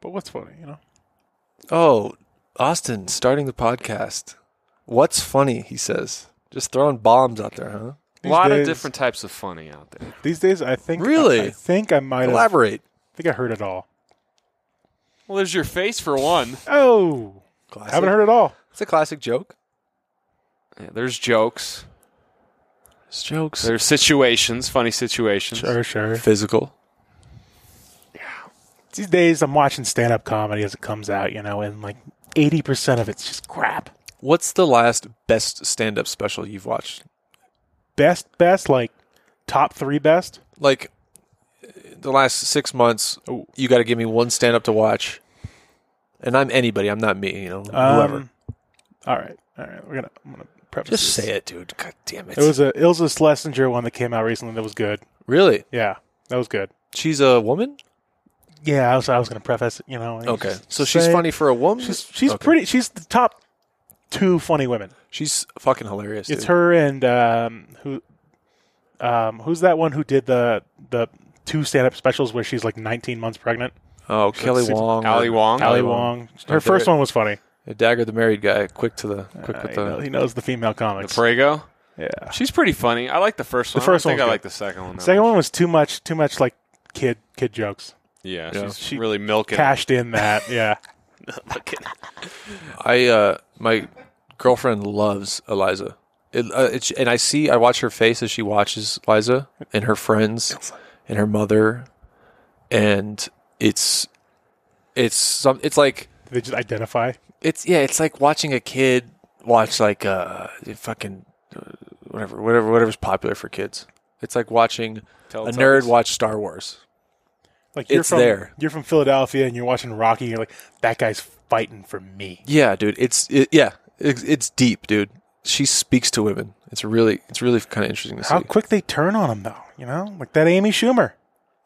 But what's funny, you know? Oh, Austin starting the podcast. What's funny? He says, just throwing bombs out there, huh? These a lot days, of different types of funny out there. These days, I think. Really? I, I think I might. Have, Elaborate. I think I heard it all. Well, there's your face for one. Oh, I Classic. haven't heard it all. It's a classic joke. Yeah, there's jokes. It's jokes. There's situations, funny situations. Sure, sure. physical. These days, I'm watching stand-up comedy as it comes out, you know, and like 80% of it's just crap. What's the last best stand-up special you've watched? Best, best, like top three best. Like the last six months, Oh. you got to give me one stand-up to watch. And I'm anybody. I'm not me. You know, whoever. Um, All right, all right. We're gonna, I'm gonna preface. Just this. say it, dude. God damn it. It was a Ilza Schlesinger one that came out recently that was good. really. Yeah, that was good. She's a woman. Yeah, I was, I was going to preface it, you know. and Okay, just so she's say- funny for a woman. She's she's Okay. pretty. She's the top two funny women. She's fucking hilarious. It's dude. her and um, who, um, who's that one who did the the two stand up specials where she's like 19 months pregnant? Oh, Kelly six- Wong. Ali or Wong. Ali Ali Wong. Wong. Don't Her do first it. one was funny. Dagger, the married guy. Quick to the quick Uh, with he, the. know- he knows the female comics. Prego. yeah. She's pretty funny. I like the first one. The first I don't think one's I good. like the second one. that Second much. one was too much. Too much like kid kid jokes. Yeah, Yeah. she's She really milking. it. Cashed in that. Yeah. I uh, my girlfriend loves Eliza. It, uh, it's, and I see, I watch her face as she watches Eliza and her friends and her mother, and it's, it's some, it's like They just identify. it's yeah, it's like watching a kid watch like uh fucking uh, whatever whatever whatever's popular for kids. It's like watching a Teletubbies. nerd watch Star Wars. Like you're It's from, there. You're from Philadelphia and you're watching Rocky. And you're like that guy's fighting for me. Yeah, dude, it's it, yeah, it's, it's deep, dude. She speaks to women. It's really it's really kind of interesting to How see. quick they turn on him though. You know, like that Amy Schumer.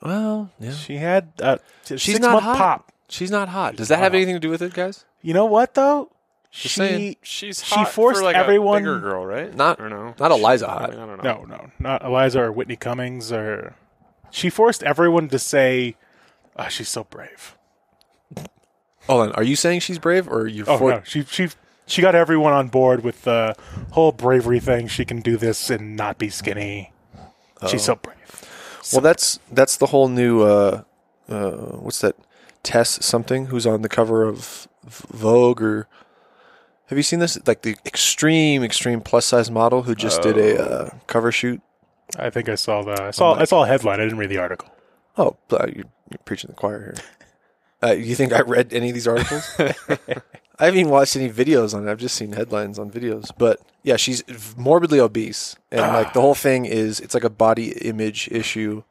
Well, yeah. She had a She's six not month hot. pop. She's not hot. Does that not have hot. anything to do with it, guys? You know what though? Just she saying. She's She hot for, forced like, everyone- A bigger girl, right? Not- or no? not Eliza I, hot. mean, I don't know. no no not Eliza or Whitney Cummings or she forced everyone to say oh, she's so brave. Hold on. Are you saying she's brave or you're Oh for- no, she she she got everyone on board with the whole bravery thing. She can do this and not be skinny. She's so brave. Well, that's that's the whole new uh, uh, what's that? Tess something who's on the cover of V- Vogue or have you seen this? Like the extreme extreme plus size model who just did a Oh. uh, cover shoot. I think I saw the I saw I saw a headline. I didn't read the article. Oh, blah, you're, you're preaching to the choir here. Uh, you think I read any of these articles? I haven't even watched any videos on it. I've just seen headlines on videos. But yeah, she's morbidly obese, and like the whole thing is, it's like a body image issue,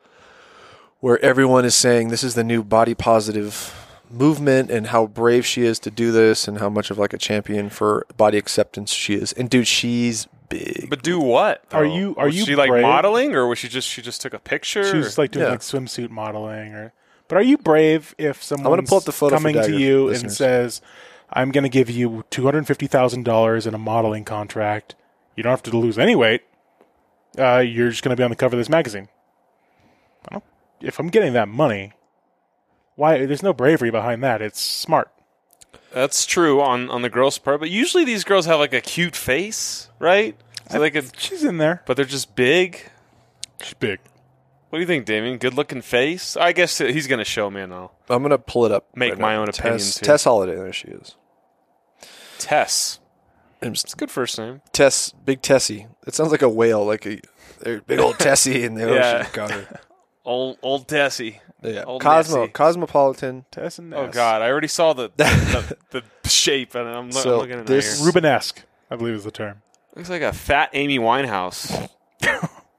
where everyone is saying this is the new body positive movement, and how brave she is to do this, and how much of like a champion for body acceptance she is. And dude, she's big. But do what? Are though? you- are was you she like brave? modeling, or was she just she just took a picture? She or- was like doing Yeah. like swimsuit modeling or but are you brave if someone's pull up the photo for coming to Dagger you and listeners. says, I'm gonna give you two hundred and fifty thousand dollars in a modeling contract. You don't have to lose any weight. Uh, you're just gonna be on the cover of this magazine. I don't, if I'm getting that money, why there's no bravery behind that. It's smart. That's true on on the girls' part, but usually these girls have like a cute face, right? So they could, She's in there. but they're just big. She's big. What do you think, Damien? Good looking face. I guess he's gonna show me now. I'm gonna pull it up. Make my own opinions Tess, here. Tess Holiday, there she is. Tess. And It's a good first name. Tess, big Tessie. It sounds like a whale, like a they're big old Tessie in the Yeah. ocean. Got her. Old old Tessie. Yeah. Old Cosmo, Nessie. cosmopolitan. Tess and Oh S. God, I already saw the the, the shape, and I'm, lo- I'm So looking at this- this. Rubenesque, I believe is the term. Looks like a fat Amy Winehouse.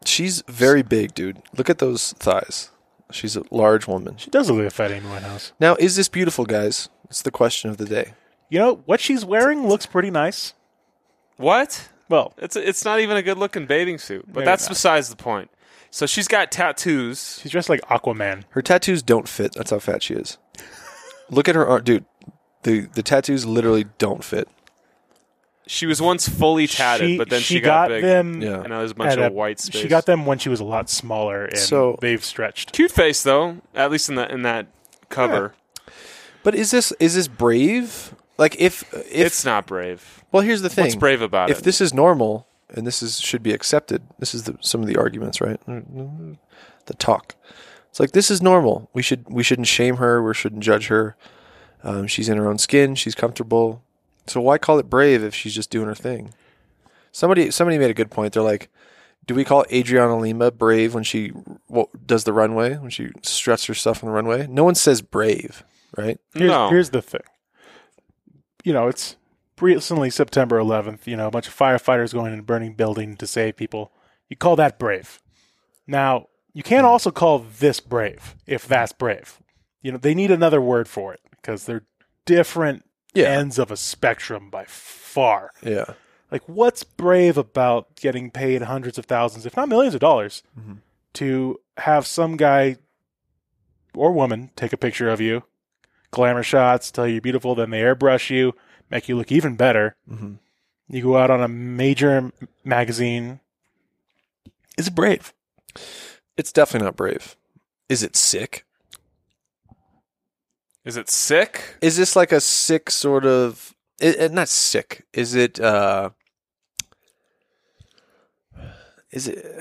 She's very big, dude. Look at those thighs. She's a large woman. She does look like a fat Amy Winehouse. Now, is this beautiful, guys? It's the question of the day. You know what she's wearing looks pretty nice. What? Well, It's it's not even a good looking bathing suit, but Maybe that's not. besides the point. So she's got tattoos. she's dressed like Aquaman. Her tattoos don't fit. That's how fat she is. Look at her arm, dude. The the tattoos literally don't fit. She was once fully tatted, but then she, got, big. them. Yeah. And now there's a bunch at of a- white space. She got them when she was a lot smaller, and So- they've stretched. cute face though, at least in that in that cover. But is this is this brave? Like if if it's not brave. well, here's the thing. What's brave about if it? this is normal and this is should be accepted, this is the, some of the arguments, right? The talk. It's like this is normal. We should we shouldn't shame her. We shouldn't judge her. Um, she's in her own skin. She's comfortable. So why call it brave if she's just doing her thing? Somebody somebody made a good point. They're like, do we call Adriana Lima brave when she well, does the runway when she struts her stuff on the runway? No one says brave, right? Here's, no, here's the thing. You know, it's recently September 11th. You know, a bunch of firefighters going and burning building to save people. You call that brave? Now, you can't also call this brave if that's brave. You know, they need another word for it because they're different ends of a spectrum by far. yeah. Like, what's brave about getting paid hundreds of thousands, if not millions of dollars, Mhm. to have some guy or woman take a picture of you, glamour shots, tell you you're beautiful, then they airbrush you, make you look even better. hmm You go out on a major m- magazine. Is it brave? It's definitely not brave. Is it sick? is it sick? is this like a sick sort of it, it- not sick is it uh is it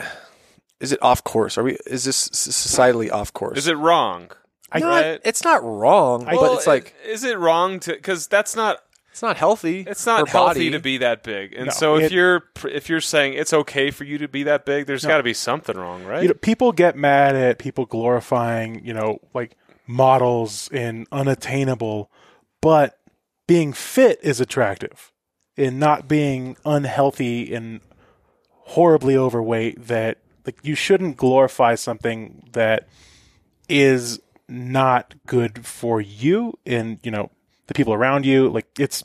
is it off course are we is this s- societally off course Is it wrong? I- not, right? it's not wrong I- but Well, it's like is it wrong to? Because that's not it's not healthy It's not Her healthy body. to be that big, and No, so if it- you're pr- if you're saying it's okay for you to be that big, there's got to be something wrong, right? You know, people get mad at people glorifying, you know, like models and unattainable, but being fit is attractive and not being unhealthy and horribly overweight that like you shouldn't glorify something that is not good for you and you know the people around you like it's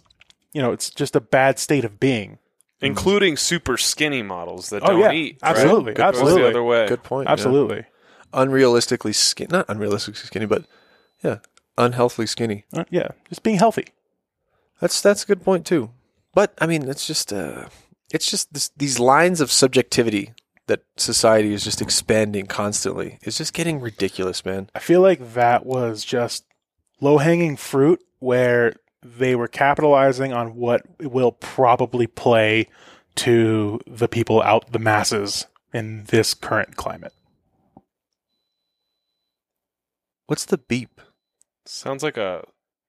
you know it's just a bad state of being Including super skinny models that Oh, don't yeah. eat. Absolutely. right? Goes Absolutely. The other way. good point yeah. absolutely unrealistically skinny not unrealistically skinny but yeah unhealthily skinny Uh, yeah just being healthy That's that's a good point too. But I mean, it's just uh, it's just this, these lines of subjectivity that society is just expanding constantly. It's just getting ridiculous, man. I feel like that was just low hanging fruit where they were capitalizing on what will probably play to the people out the masses in this current climate. What's the beep, Sounds like a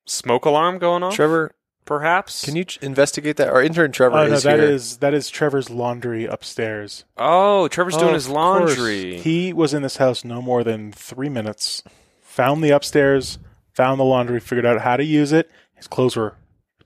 smoke alarm going off. Trevor? Perhaps. Can you ch- investigate that? Our intern Trevor Oh no, is that here. is that is Trevor's laundry upstairs. Oh, Trevor's Oh, doing his of course. laundry. He was in this house no more than three minutes. Found the upstairs, found the laundry, figured out how to use it. His clothes were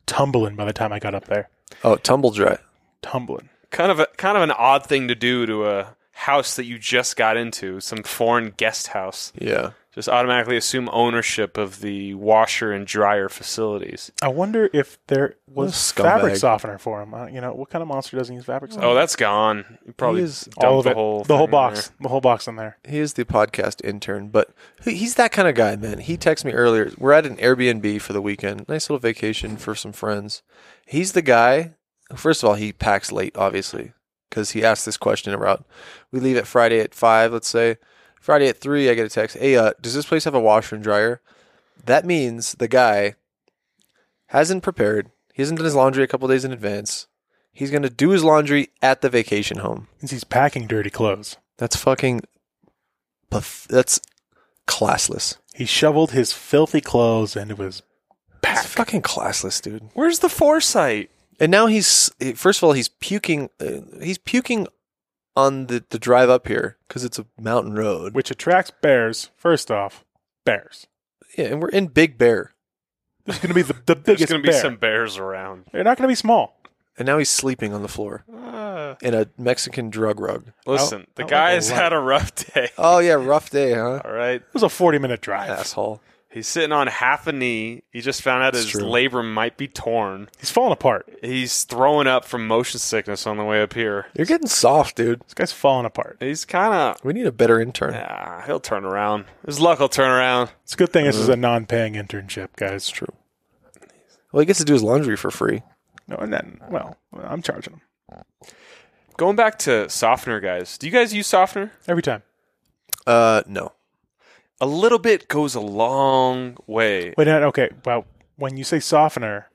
tumbling by the time I got up there. oh, tumble dry. Tumbling. kind of a kind of an odd thing to do to a house that you just got into, some foreign guest house. Yeah, Just automatically assume ownership of the washer and dryer facilities. I wonder if there was scumbag. fabric softener for him. Uh, you know, what kind of monster doesn't use fabric softener? Oh, that's gone. You probably He is- dumped all of the it, whole the whole thing in box, there. the whole box in there. he is the podcast intern, but he- he's that kind of guy, man. He texted me earlier. We're at an Airbnb for the weekend. Nice little vacation for some friends. He's the guy. First of all, he packs late, obviously, because he asked this question about we leave at Friday at five, let's say. Friday at three, I get a text. Hey, uh, does this place have a washer and dryer? That means the guy hasn't prepared. He hasn't done his laundry a couple days in advance. He's gonna do his laundry at the vacation home. Since he's packing dirty clothes, That's fucking. Path- that's classless. he shoveled his filthy clothes into his That's pack. fucking classless, dude. Where's the foresight? And now he's first of all he's puking. Uh, he's puking on the the drive up here because it's a mountain road. which attracts bears. First off, bears. Yeah, and we're in Big Bear, This is going to be the, the There's biggest going to be bear. some bears around. They're not going to be small. and now he's sleeping on the floor in a Mexican drug rug. listen, Out- the out Uh, like guy a has light. had a rough day. Oh yeah, rough day, huh? All right. It was a forty-minute drive. Asshole. He's sitting on half a knee. He just found out It's his true. labrum might be torn. He's falling apart. This He's throwing up from motion sickness on the way up here. You're getting soft, dude. guy's falling apart. He's kind of. We need a better intern. Yeah, he'll turn around. His luck will turn around. It's a good thing this Uh-huh. is a non-paying internship, guys. True. Well, he gets to do his laundry for free. No, and then well, I'm charging him Going back to softener, guys. Do you guys use softener? every time. Uh, no. a little bit goes a long way. Wait, no, okay. Well, when you say softener,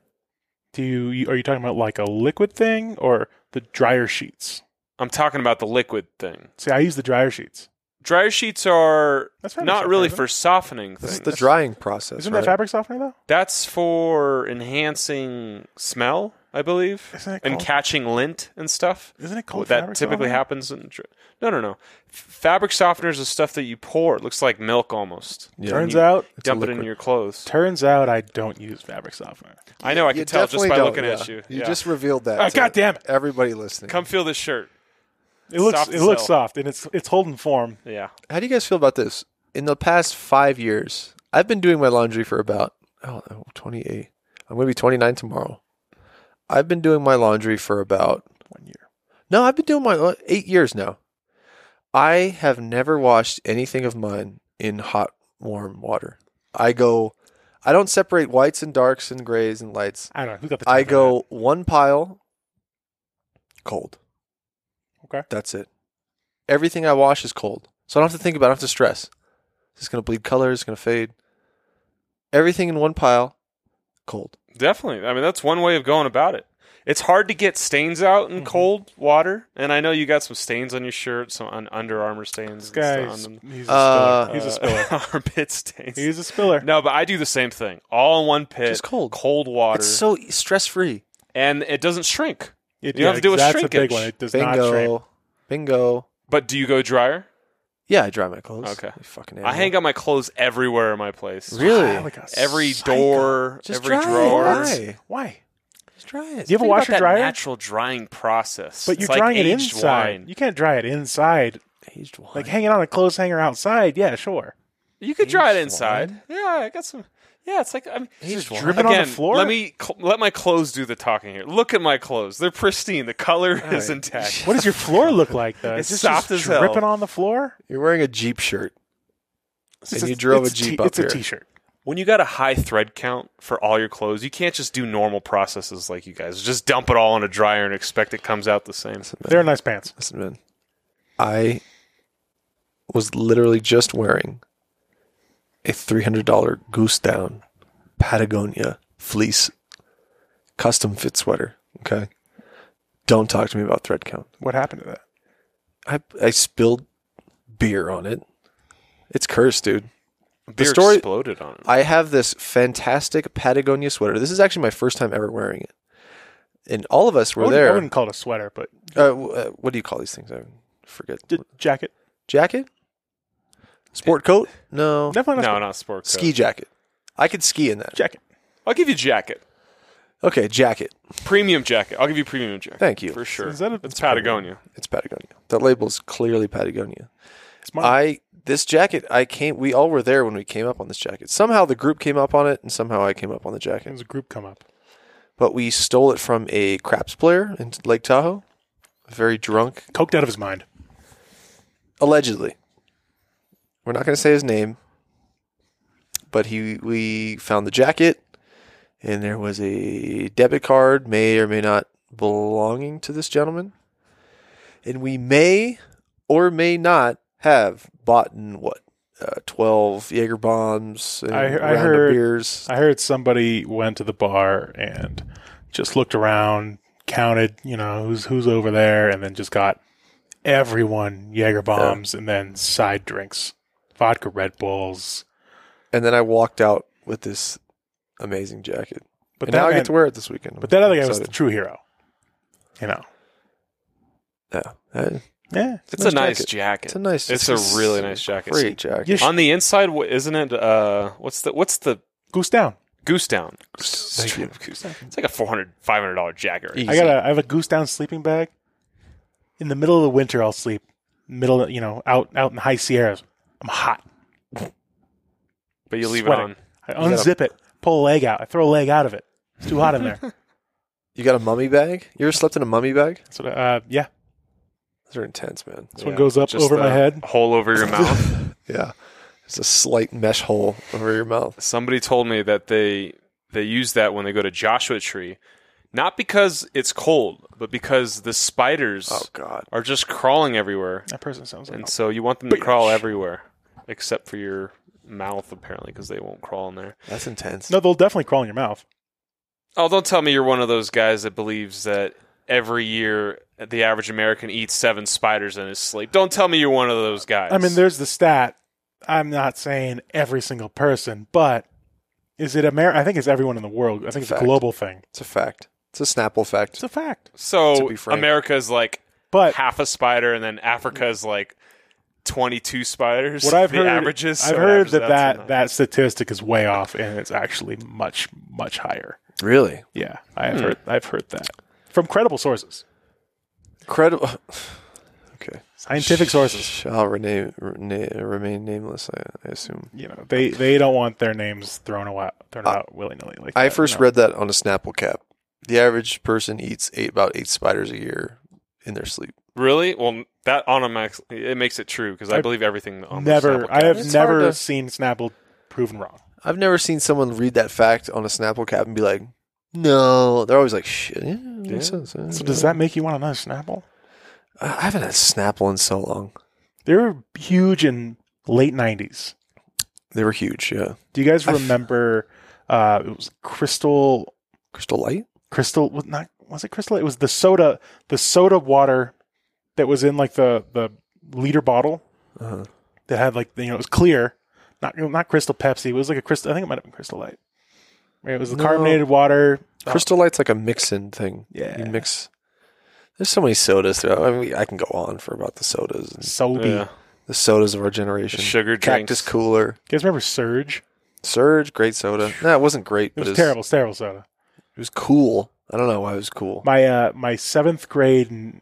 do you you- are you talking about like a liquid thing or the dryer sheets? I'm talking about the liquid thing. See, I use the dryer sheets. Dryer sheets are That's fabric not softener, really isn't for it? softening This things. is the drying process. Isn't right? that fabric softener though? That's for enhancing smell, I believe, Isn't it and called- catching lint and stuff. Isn't it Well, called that fabric typically softener? happens in dr- no no no F- fabric softeners is stuff that you pour it looks like milk almost Yeah. Turns You out, It's a dump it in liquid. your clothes turns out, I don't use fabric softener. i know i You can tell just definitely by don't, looking yeah. at you You Yeah. just revealed that. Ah, to God damn it! Everybody listening. come feel this shirt It looks Soft it as looks hell. soft and it's it's holding form. yeah How do you guys feel about this? In the past five years, I've been doing my laundry for about, I don't know, 28. I'm going to be 29 tomorrow. I've been doing my laundry for about, One year. no, I've been doing my la- eight years now. I have never washed anything of mine in hot, warm water. I go, I don't separate whites and darks and grays and lights. I don't know who got the. I time for that? go one pile cold. Okay. That's it. Everything I wash is cold. So I don't have to think about it. I don't have to stress. It's going to bleed color. It's going to fade. Everything in one pile, cold. definitely i mean that's one way of going about it it's hard to get stains out in Mhm. cold water and i know you got some stains on your shirt some on under armor This stains and guy's stuff on them. he's a spiller. Uh, he's a Uh, spiller. armpit stains he's a spiller. no but i do the same thing all in one pit Just cold. cold water It's so stress free. and it doesn't shrink It- You have to do with that's a shrinkage. big one. It does not shrink. Bingo. Bingo. but do you go dryer Yeah, I dry my clothes. Okay. You fucking I hang up my clothes everywhere in my place. Really? Like a Every psycho. door, Just every dry it. drawer. Why? Why? Just dry it. Do you have a Think about washer that dryer? Natural drying process. But It's you're like drying it aged inside. wine. You can't dry it inside. Aged wine. Like hanging on a clothes hanger outside. Yeah, sure. You, could dry it Aged inside. Yeah, I got some. Yeah, it's like I'm Aged wine. dripping on the again. floor? Let me cl- let my clothes do the talking here. Look at my clothes; they're pristine. The color is right. intact. What does your floor look like though? It's Is this soft just as hell. dripping on the floor? You're wearing a Jeep shirt. It's And you drove a it's t- Jeep up It's a here. t-shirt. When you got a high thread count for all your clothes, you can't just do normal processes like you guys. Just dump it all in a dryer and expect it comes out the same. Listen, man. They're nice pants. Listen, man. I was literally just wearing a $300 goose down Patagonia fleece custom fit sweater. Okay. Don't talk to me about thread count. What happened to that? I, I spilled beer on it. It's cursed, dude. Beer story- exploded on it. I have this fantastic Patagonia sweater. This is actually my first time ever wearing it. And all of us I were wouldn't, I there. wouldn't call it a sweater, but Uh, w- uh, what do you call these things? I forget. j- jacket. jacket? Sport coat? No. Definitely not. a No, sweater. not sport. coat. Ski jacket. I could ski in that. Jacket. I'll give you jacket. Okay, jacket. Premium jacket. I'll give you premium jacket. Thank you. For sure. Is that a- it's Patagonia. It's Patagonia. That label is clearly Patagonia. It's mine. I this jacket I came we all were there when we came up on this jacket. Somehow the group came up on it and somehow I came up on the It jacket. was a group come up. But we stole it from a craps player in Lake Tahoe. A very drunk Coked out of his mind. allegedly. We're not going to say his name, but he we found the jacket, and there was a debit card, may or may not belonging to this gentleman, and we may or may not have bought what uh, twelve Jaeger bombs and I- I a round heard- of beers. I heard somebody went to the bar and just looked around, counted, you know, who's who's over there, and then just got everyone Jaeger bombs and then side drinks, vodka Red Bulls. and then I walked out with this amazing jacket. But and now I man- get to wear it this weekend. But that other guy was the Excited. true hero. You know. yeah. Uh, Yeah. It's Nice a nice jacket. jacket. It's a nice. It's a really nice jacket. Great jacket. You sh- On the inside, wh- isn't it? Uh, what's the what's the Goose down. goose down? Thank you. Goose down. It's like a 400 500 dollar jacket. Right? Easy. I got a I have a goose down sleeping bag. In the middle of the winter I'll sleep. Middle you know, out out in the high Sierras. I'm hot. But you leave Sweating. it on. I gotta- unzip it, pull a leg out, I throw a leg out of it. It's too hot in there. You got a mummy bag? You ever slept in a mummy bag? That's what I- uh, yeah. Those are intense, man. This one goes up Just uh, over my the head. hole over your mouth. Yeah. It's a slight mesh hole over your mouth. Somebody told me that they they use that when they go to Joshua Tree, not because it's cold, but because the spiders Oh God. are just crawling everywhere. That person sounds like and so you want them to crawl everywhere except for your mouth apparently because they won't crawl in there. That's intense. No, they'll definitely crawl in your mouth. Oh, don't tell me you're one of those guys that believes that every year the average American eats seven spiders in his sleep. Don't tell me you're one of those guys. I mean, there's the stat. I'm not saying every single person, but is it Amer? I think it's everyone in the world. I think it's Fact. a global thing. It's a fact. It's a Snapple It's fact. a fact. so to be frank. America's like But half a spider, and then Africa's like 22 spiders. what I've the heard, averages. I've So it heard averages that out to that, nine. that statistic is way off, and it's actually much much higher. Really? Yeah, I've heard I've heard that from credible sources, Incredible. okay. scientific sources. Shall rena- rena- remain nameless, I, I assume. You know, they they don't want their names thrown out thrown out willy nilly. Like I that, first no. read that on a Snapple cap. The average person eats eight, about eight spiders a year in their sleep. Really? Well, that automatically it makes it true because I, I- believe everything on the never. Snapple I have It's never hard to- seen Snapple proven wrong. I've never seen someone read that fact on a Snapple cap and be like, no. They're always like, shit. Yeah, Yeah. makes sense. yeah, So yeah." does that make you want another Snapple? I I haven't had Snapple in so long. They were huge in late '90s. They were huge. Yeah. Do you guys I f- remember? Uh, it was Crystal. Crystal Light? Crystal was not. Was it Crystal? It was the soda. The soda water that was in like the the liter bottle Uh-huh. that had like you know it was clear, not not Crystal Pepsi. It was like a Crystal. I think it might have been Crystal Light. Right, It was the No. carbonated water. Oh. Crystal Light's like a mix-in thing. Yeah. You mix. There's so many sodas. Throughout. I mean, I can go on for about the sodas. And Sobe. Yeah. the sodas of our The generation. Sugar Cactus drinks. Cooler. You guys remember Surge? Surge, great soda. No, it wasn't great, It but was terrible. It's terrible soda. It was cool. I don't know why it was cool. my uh my seventh grade n-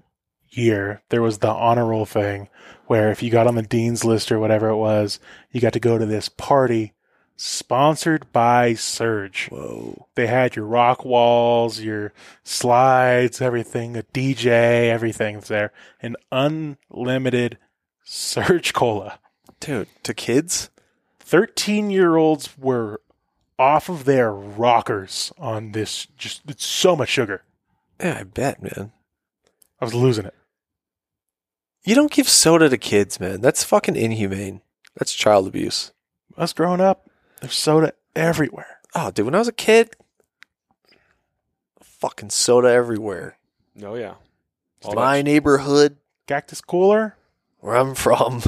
year there was the honor roll thing where if you got on the dean's list or whatever it was you got to go to this party sponsored by surge Whoa. they had your rock walls your slides everything a dj everything's there and unlimited surge cola Dude, to kids? 13 year olds were off of their rockers on this just it's so much sugar Yeah, I bet, man. i was losing it You don't give soda to kids, man. That's fucking inhumane. That's child abuse. us growing up, there's soda everywhere. Oh, dude, when I was a kid, fucking soda everywhere. Oh yeah. All My neighborhood, Cactus Cooler. where I'm from.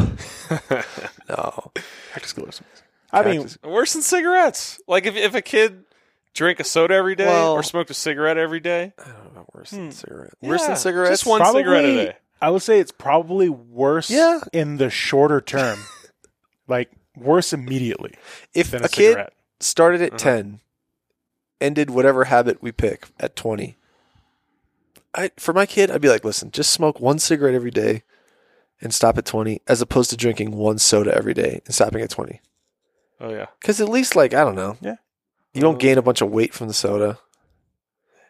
that- no. Cactus Cooler. I mean, Cactus- Worse than cigarettes. Like if if a kid drank a soda every day Well- or smoked a cigarette every day. I don't know about worse than Hmm. cigarette. Yeah, Worse than cigarettes? Just one Probably- cigarette a day. I would say it's probably worse Yeah. in the shorter term, like worse immediately if than a, a, kid cigarette. started at Uh-huh. 10 ended whatever habit we pick at 20 I for my kid I'd be like listen just smoke one cigarette every day and stop at 20 as opposed to drinking one soda every day and stopping at 20 Oh yeah. cuz at least like I don't know Yeah. you don't Uh, gain a bunch of weight from the soda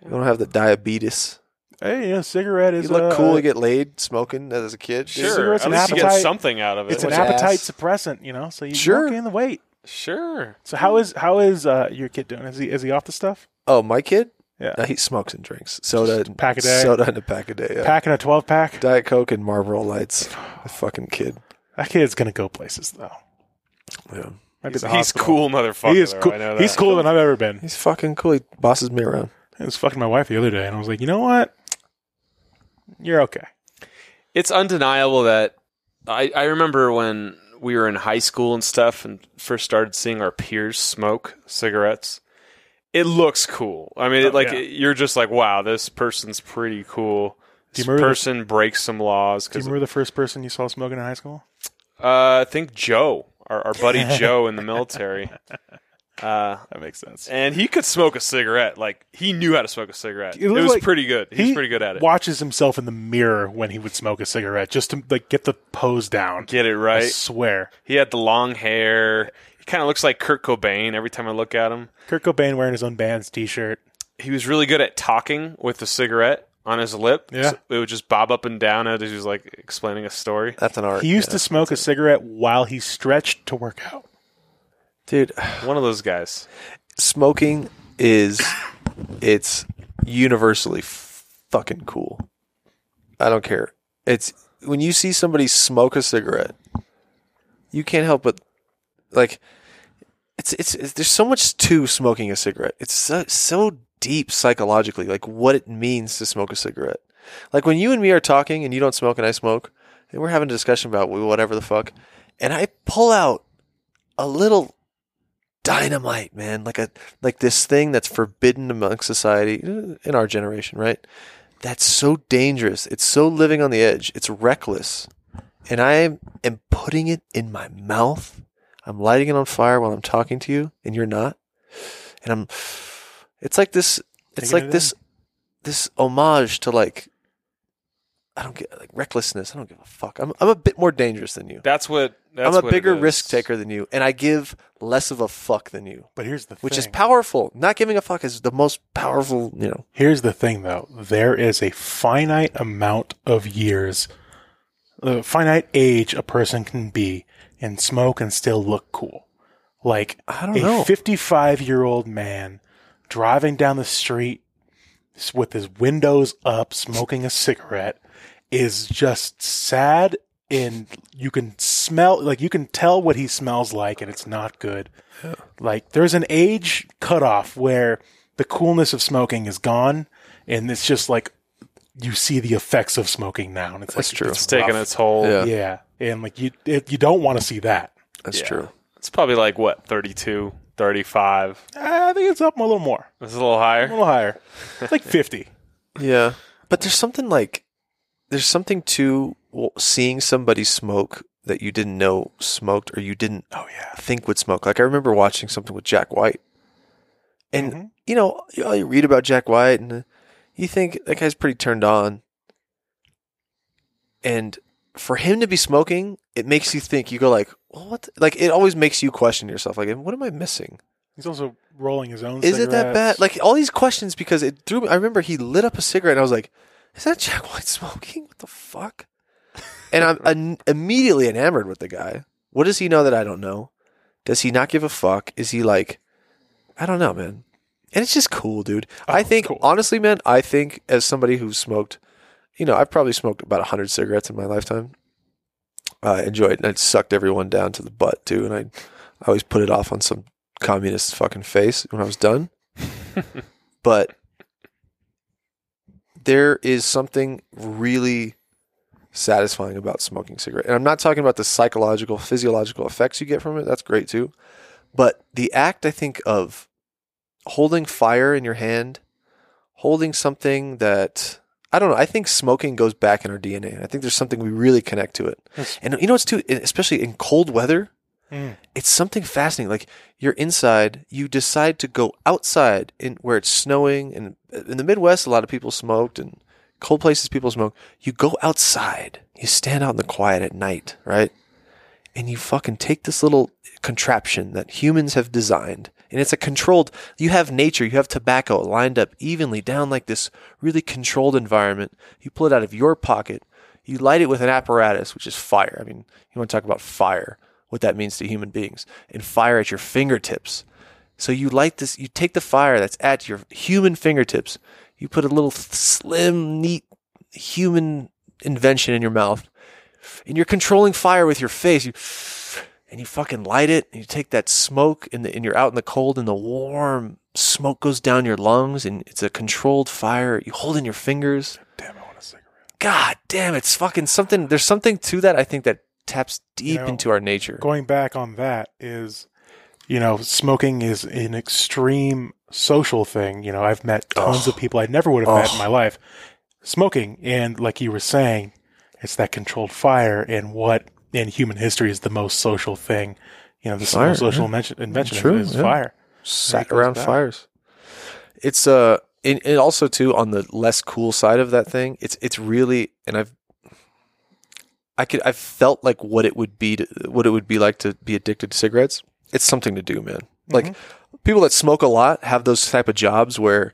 you don't have the diabetes Hey, you know, cigarette you is look uh, cool you get laid smoking as a kid Sure. cigarettes At and least you get appetite- something out of it. It's an Bunch of appetite ass. suppressant, you know, so you Sure. don't gain the weight. sure. So how is how is uh, your kid doing? Is he is he off the stuff? oh my kid Yeah. no, he smokes and drinks soda and pack a day. soda and a pack a day yeah. Packing a twelve pack. diet coke and marlboro lights the fucking kid That kid's gonna go places though. yeah Might be He's, the he's hospital. cool motherfucker. He is though, I cool. know He's that. cooler than I've ever been. He's fucking cool. He bosses me around. I was fucking my wife the other day, and I was like, you know what? You're okay. it's undeniable that I, I remember when we were in high school and stuff and first started seeing our peers smoke cigarettes. It looks cool. I mean, Oh, it, like yeah. it- you're just like, wow, this person's pretty cool. Do you This remember the- person breaks some laws Do you because uh, remember the first person you saw smoking in high school? I think Joe, our, our buddy Joe in the military, uh, That makes sense. and he could smoke a cigarette. Like he knew how to smoke a cigarette. It It, looked was like pretty good. He's he pretty good at it. Watches himself in the mirror when he would smoke a cigarette just to like get the pose down. Get it I right. swear. He had the long hair. He kind of looks like Kurt Cobain every time I look at him. Kurt Cobain wearing his own band's t-shirt. He was really good at talking with a cigarette on his lip. Yeah. So it would just bob up and down as he was like explaining a story. That's an art. He used to smoke a cigarette while he stretched to work out. dude. One of those guys. Smoking is it's universally fucking cool. I don't care. It's when you see somebody smoke a cigarette, you can't help but like it's, it's it's there's so much to smoking a cigarette. It's so, so deep psychologically, like what it means to smoke a cigarette. Like when you and me are talking, and you don't smoke and I smoke, and we're having a discussion about whatever the fuck, and I pull out a little dynamite, man, like a like this thing that's forbidden among society uh, in our generation, right? That's so dangerous. It's so living on the edge. It's reckless. And I am putting it in my mouth. I'm lighting it on fire while I'm talking to you and you're not. And I'm it's like this Taking it's it like in. this this homage to like I don't get like recklessness. I don't give a fuck. I'm I'm a bit more dangerous than you. That's what. That's I'm a what it bigger is. risk taker than you, and I give less of a fuck than you, But here's the thing. which is powerful. Not giving a fuck is the most powerful, you know. Here's the thing, though. There is a finite amount of years, the finite age a person can be and smoke and still look cool. Like I don't a know. 55 year old man driving down the street s- with his windows up, smoking a cigarette, is just sad. And you can smell, like, you can tell what he smells like, and it's not good. Like, there's an age cutoff where the coolness of smoking is gone, and it's just like you see the effects of smoking now. And it's That's like, true. It's It's taking rough. its whole. Yeah. Yeah. And, like, you, it, you don't want to see that. That's Yeah. It's probably like what 32, 35. I think it's up a little more. It's a little A higher. little higher. It's like 50. Yeah, but there's something like there's something to well, seeing somebody smoke that you didn't know smoked or you didn't Oh, yeah. think would smoke. Like I remember watching something with Jack White, and Mhm. you know you, all you read about Jack White, and uh, you think that guy's pretty turned on, and for him to be smoking, it makes you think. You go like, well, what? the-" Like it always makes you question yourself. Like, what am I missing? He's also rolling his own Is it cigarettes. that bad? Like all these questions because it threw me. I remember he lit up a cigarette and I was like, "Is that Jack White smoking? What the fuck?" And I'm an- immediately enamored with the guy. What does he know that I don't know? Does he not give a fuck? Is he like, I don't know, man. And it's just cool, dude. I it's think cool. honestly, man. I think as somebody who's smoked, you know, I've probably smoked about hundred cigarettes in my lifetime. I enjoyed, and I sucked everyone down to the butt too. And I, I always put it off on some communist fucking face when I was done. but there is something really satisfying about smoking a cigarette. And I'm not talking about the psychological, physiological effects you get from it. That's great too. But the act, I think, of holding fire in your hand, holding something that I don't know. I think smoking goes back in our DNA. I think there's something we really connect to it. Yes. And you know what's too, especially in cold weather, Mm. it's something fascinating. Like you're inside, you decide to go outside in where it's snowing, and in the Midwest, a lot of people smoked, and cold places people smoke. You go outside, you stand out in the quiet at night, right? And you fucking take this little contraption that humans have designed, and it's a controlled. You have nature, you have tobacco lined up evenly down like this really controlled environment. You pull it out of your pocket. You light it with an apparatus, which is fire. I mean, you want to talk about fire, what that means to human beings, and fire at your fingertips. So you light this, you take the fire that's at your human fingertips, you put a little slim, neat human invention in your mouth, and you're controlling fire with your face. You and you fucking light it, and you take that smoke, and, the, and you're out in the cold, and the warm smoke goes down your lungs, and it's a controlled fire. You hold in your fingers, Damn, I want a cigarette. God damn, it's fucking something. There's something to that. I think that taps You deep know, into our nature. Going back on that is, you know, smoking is an extreme social thing. You know, I've met tons Ugh. of people I never would have met Ugh. in my life smoking. And like you were saying, it's that controlled fire and what in human history is the most social thing. You know, the Fire, social yeah. mention, invention True, is yeah. fire. Sat goes around back. fires. It's uh, and, and also too on the less cool side of that thing. It's it's really, and I've, I could I've felt like what it would be to, what it would be like to be addicted to cigarettes. It's something to do, man. Like Mm-hmm. people that smoke a lot have those type of jobs where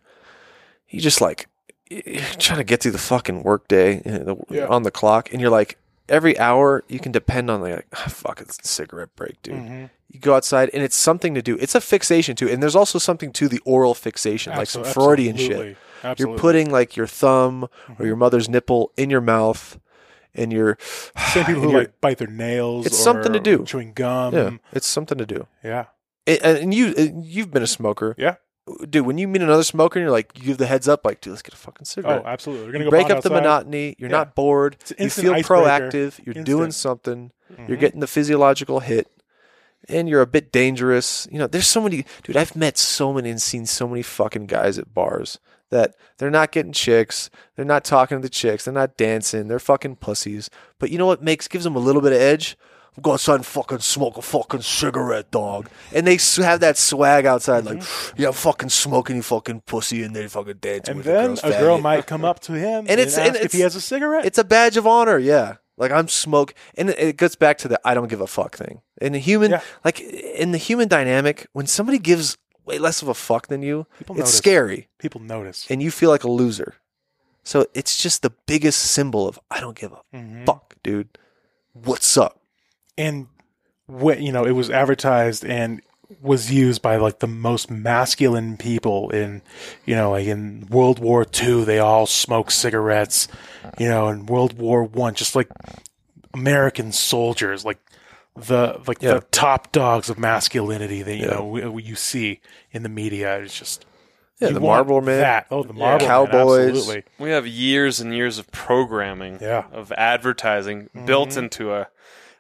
you just like you're trying to get through the fucking workday you know, the- Yeah. on the clock, and you're like every hour you can depend on like ah, fuck it's a cigarette break, dude. Mhm. You go outside, and it's something to do. It's a fixation too, and there's also something to the oral fixation, like some Absol- Freudian shit. absolutely. Absolutely. Mm-hmm. You're putting like your thumb or your mother's nipple in your mouth, and you're Same people and who you're- like bite their nails. It's something to or do. Chewing gum. yeah, it's something to do. Yeah. and- and you and you've been a smoker, Yeah. dude. When you meet another smoker, and you're like, you give the heads up, like, dude, let's get a fucking Oh, cigarette. absolutely. We're You gonna go break pot up the outside. monotony. You're Yeah. not bored. It's an You instant feel icebreaker. proactive. You're Instant. doing something. You're Mhm. getting the physiological hit, and you're a bit dangerous. You know, there's so many, dude. I've met so many and seen so many fucking guys at bars that they're not getting chicks. They're not talking to the chicks. They're not dancing. They're fucking pussies. But you know what makes gives them a little bit of edge? Go outside and fucking smoke a fucking cigarette, dog. And they s- have that swag outside, like, yeah, I'm fucking smoking, you fucking pussy, and they fucking dance. Mm-hmm. And with then the girl's a girl faggot. might come up to him and, it's- ask and if he it's- has a cigarette. It's a badge of honor, yeah. Like I'm smoke, and it- it gets back to the I don't give a fuck thing. In the human, Yeah. like in the human dynamic, when somebody gives way less of a fuck than you, People it's notice. scary, People notice. and you feel like a loser. So it's just the biggest symbol of I don't give a Mhm. fuck, dude. What's up? and wh- you know it was advertised and was used by like the most masculine people in you know like in World War II they all smoked cigarettes you know in World War 1 just like American soldiers like the like Yeah. the top dogs of masculinity that you Yeah. know we, we- you see in the media it's just Yeah, you the want Marlboro Man. that. oh the Marlboro Cowboys. Man, absolutely We have years and years of programming, Yeah. Mm-hmm. of advertising built into a,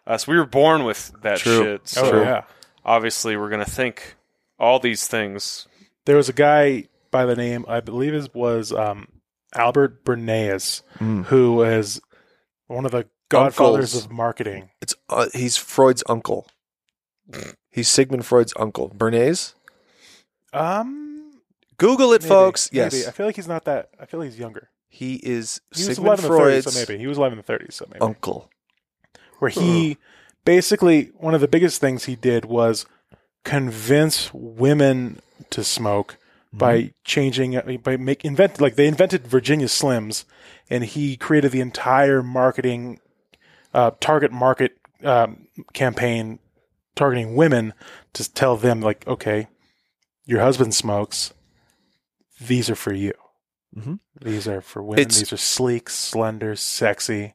us. We were born with that True. shit. So oh yeah obviously we're going to think all these things. there was a guy by the name I believe it was um, Albert Bernays, Mm. who is one of the godfathers Uncles. of marketing. It's uh, he's Freud's uncle. He's Sigmund Freud's uncle. Bernays. Um, Google it, maybe, folks. maybe. Yes, I feel like he's not that. I feel like he's younger. he is He Sigmund was alive in the 30s, Freud's so maybe he was alive in the 30s, so maybe. uncle. Where he basically one of the biggest things he did was convince women to smoke by changing uh, by make invent like they invented Virginia Slims, and he created the entire marketing uh, target market um, campaign targeting women to tell them like, okay, your husband smokes. These are for you. Mhm. These are for women. It's- These are sleek, slender, sexy.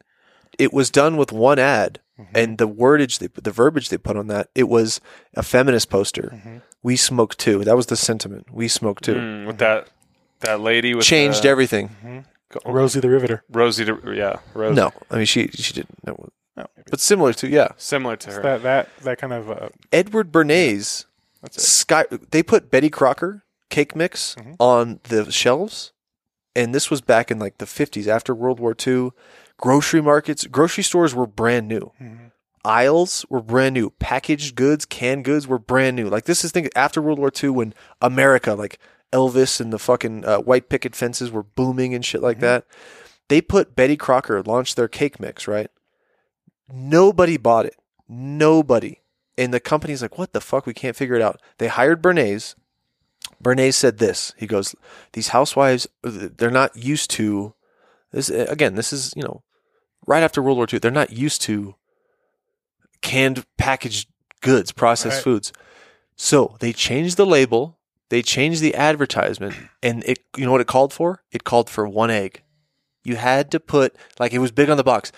it was done with one ad Mhm. and the wordage they the verbiage they put on that it was a feminist poster Mhm. we smoke too that was the sentiment we smoke too Mm, with that that lady with changed the, everything Rosie the Riveter. Rosie to yeah Rosie no i mean she she didn't that was- Oh, but similar to yeah similar to her that that that kind of uh, edward bernays that's it. sky they put betty crocker cake mix Mhm. on the shelves and this was back in like the 50s after world war ii grocery markets grocery stores were brand new Mhm. aisles were brand new. Packaged goods, canned goods were brand new. Like this is thing after World War II when America, like Elvis and the fucking uh, white picket fences were booming and shit like Mm-hmm. that. They put Betty Crocker launched their cake mix right. Nobody bought it. Nobody. And the company's like, what the fuck? We can't figure it out. They hired Bernays. Bernays said this. He goes, these housewives, they're not used to this. Again, this is you know, right after World War II, they're not used to canned packaged goods, processed Right. foods. So they changed the label, they changed the advertisement, and it. You know what it called for? It called for one egg. You had to put like it was big on the box.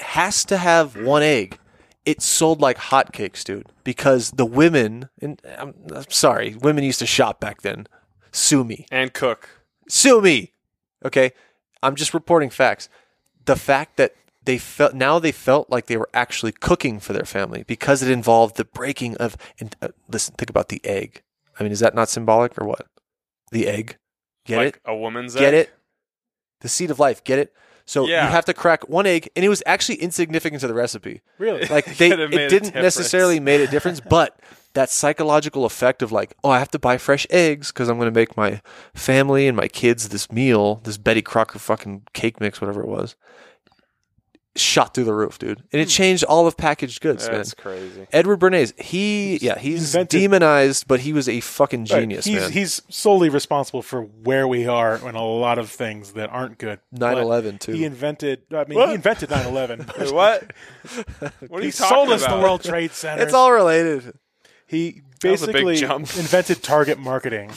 Has to have one egg it sold like hotcakes, dude, because the women, and I'm, I'm sorry, women used to shop back then. Sue me. and Cook Sue me. Okay. I'm just reporting facts. The fact that they felt, now they felt like they were actually cooking for their family because it involved the breaking of, and uh, listen, think about the egg. I mean, is that not symbolic or what? The egg. Get like it? a woman's Get egg. it? The seed of life. Get it? So Yeah. you have to crack one egg, and it was actually insignificant to the recipe Really? like they Could have it made a didn't difference. necessarily made a difference but that psychological effect of like oh i have to buy fresh eggs because i'm going to make my family and my kids this meal this betty crocker fucking cake mix whatever it was shot through the roof dude Hmm. and it changed all of packaged goods man That's crazy. edward bernays he yeah he's Invented- demonized but he was a fucking Right. genius he's, man he's solely responsible for where we are and a lot of things that aren't good. But 9-11 too He invented. I mean, What? he invented 9/11. Wait, what? what are he you sold talking us about? the World Trade Center. it's all related he was a big basically jump. invented target marketing.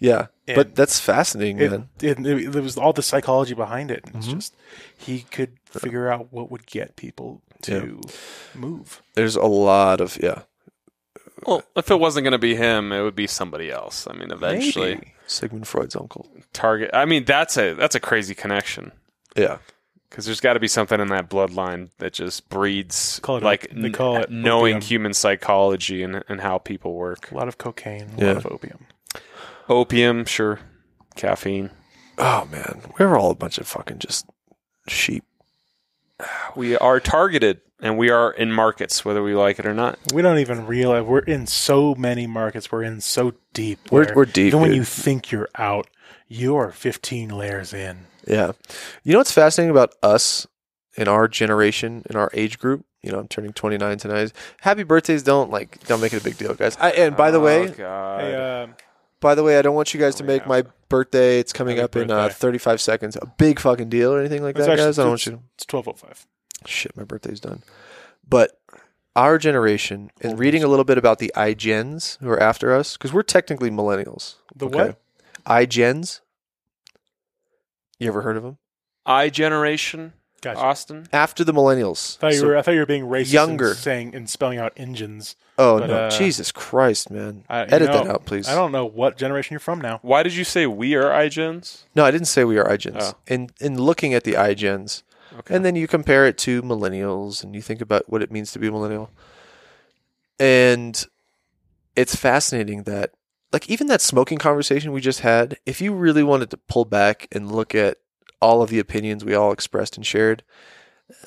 yeah And but that's fascinating It, man it, it- there was all the psychology behind it. It's Mm-hmm. just he could figure out what would get people to move. there's a lot of yeah Well, if it wasn't going to be him, it would be somebody else. I mean, eventually Maybe. Sigmund Freud's uncle. Target. I mean, that's a that's a crazy connection Yeah. because there's got to be something in that bloodline that just breeds Call it like op- they call it knowing opium. human psychology and and how people work. A lot of cocaine, a Yeah. lot of opium. Opium, sure, caffeine. Oh man, we were all a bunch of fucking just sheep. We are targeted and we are in markets whether we like it or not. We don't even realize we're in so many markets. We're in so deep. We're- where we're deep, Even when dude. you think you're out, you're 15 layers in. Yeah. You know what's fascinating about us in our generation, in our age group? You know, I'm turning 29 tonight. Happy birthdays don't like don't make it a big deal, guys. I, and by the way, Oh, God. Hey, uh, by the way, I don't want you guys to make my birthday. It's coming Oh, Happy up in uh, birthday. 35 seconds. A big fucking deal or anything like It's that, actually- guys. I don't want you. it's 1205. Shit, my birthday's done. But our generation and reading a little bit about the iGens who are after us because we're technically millennials. The Okay. what? iGens. You ever heard of them? I generation Gotcha. Austin. After the millennials. I thought you So- were. I thought you were being racist. Younger. and saying and spelling out engines. oh but, no, uh, Jesus Christ, man! I- you Edit that know, out, please. I don't know what generation you're from now. Why did you say we are iGens? No, I didn't say we are iGens. Oh. In in looking at the iGens, Okay. and then you compare it to millennials, and you think about what it means to be millennial, and it's fascinating that, like, even that smoking conversation we just had. If you really wanted to pull back and look at all of the opinions we all expressed and shared,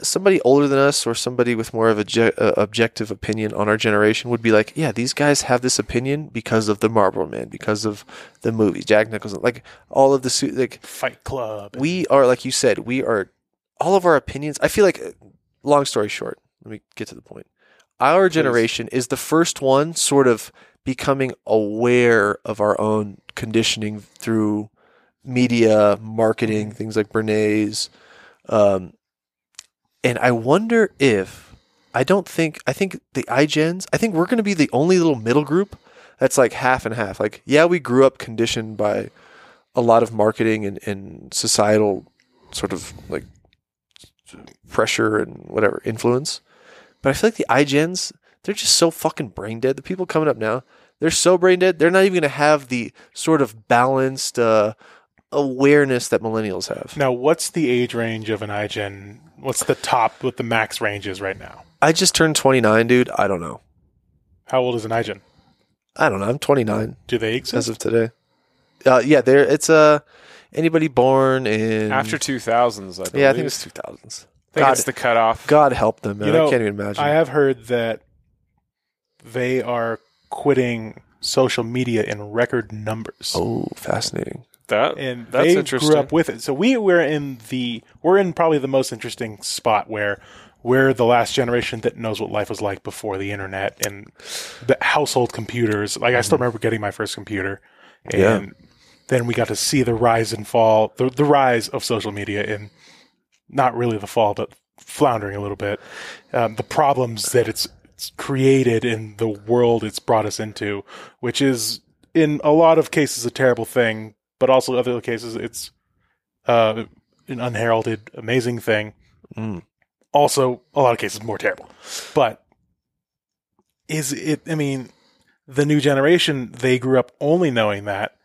somebody older than us or somebody with more of a ge- uh, objective opinion on our generation would be like, yeah, these guys have this opinion because of the Marlboro Man, because of the movies, Jack Nicholson, like all of the su- like Fight Club. we are like you said we are all of our opinions i feel like uh, long story short let me get to the point our generation is the first one sort of becoming aware of our own conditioning through media marketing things like bernays um, and i wonder if i don't think i think the igens i think we're going to be the only little middle group that's like half and half like yeah we grew up conditioned by a lot of marketing and, and societal sort of like pressure and whatever influence. But I feel like the iGens, they're just so fucking brain dead. The people coming up now, they're so brain dead. They're not even going to have the sort of balanced uh, awareness that millennials have. Now, what's the age range of an iGen? What's the top? What the max range is right now? I just turned 29, dude. I don't know. How old is an iGen? I don't know. I'm 29 Do they exist? as of today. Uh, yeah, there. It's uh, anybody born in After 2000s, I believe. Mm. Yeah, I think it's 2000s. I think God, it's the cutoff. God help them, man. You know, I can't even imagine. I have heard that they are quitting social media in record numbers. Oh, fascinating. That and that's they interesting. grew up with it. So we were in the we're in probably the most interesting spot where we're the last generation that knows what life was like before the internet and the household computers. Like I still remember getting my first computer, and Mm-hmm. Yeah. then we got to see the rise and fall, the, the rise of social media, and not really the fall, but floundering a little bit. Um, the problems that it's, it's created in the world it's brought us into, which is in a lot of cases a terrible thing, but also other cases it's uh, an unheralded, amazing thing. Mm. Also, a lot of cases more terrible. But is it? I mean, the new generation they grew up only knowing that,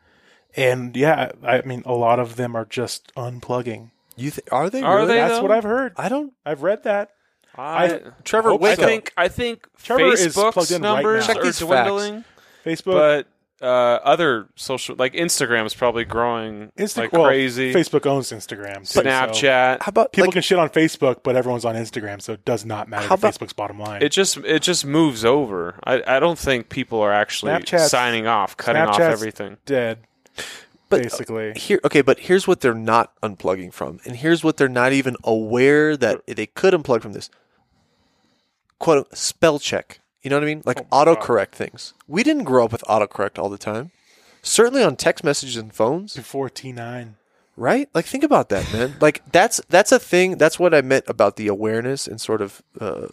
and yeah, I mean, a lot of them are just unplugging. You th- are they? Are really? they? That's though? what I've heard. I don't. I've read that. I, Trevor, hope I wake so. think I think Trevor is Facebook's plugged in right numbers now. Check are these facts. dwindling, Facebook, but uh, other social like Instagram is probably growing Insta- like well, crazy. Facebook owns Instagram. too, so Snapchat. How about people like? can shit on Facebook, but everyone's on Instagram, so it does not matter How to about- Facebook's bottom line. It just it just moves over. I, I don't think people are actually Snapchat's- signing off, cutting off Snapchat's everything. dead, But- uh, basically. here, okay, but here's what they're not unplugging from, and here's what they're not even aware that they could unplug from this. Quote spell check. You know what I mean? Oh, Like autocorrect things. We didn't grow up with autocorrect all the time. Certainly on text messages and phones. Before T nine. right like think about that man like that's that's a thing that's what i meant about the awareness and sort of uh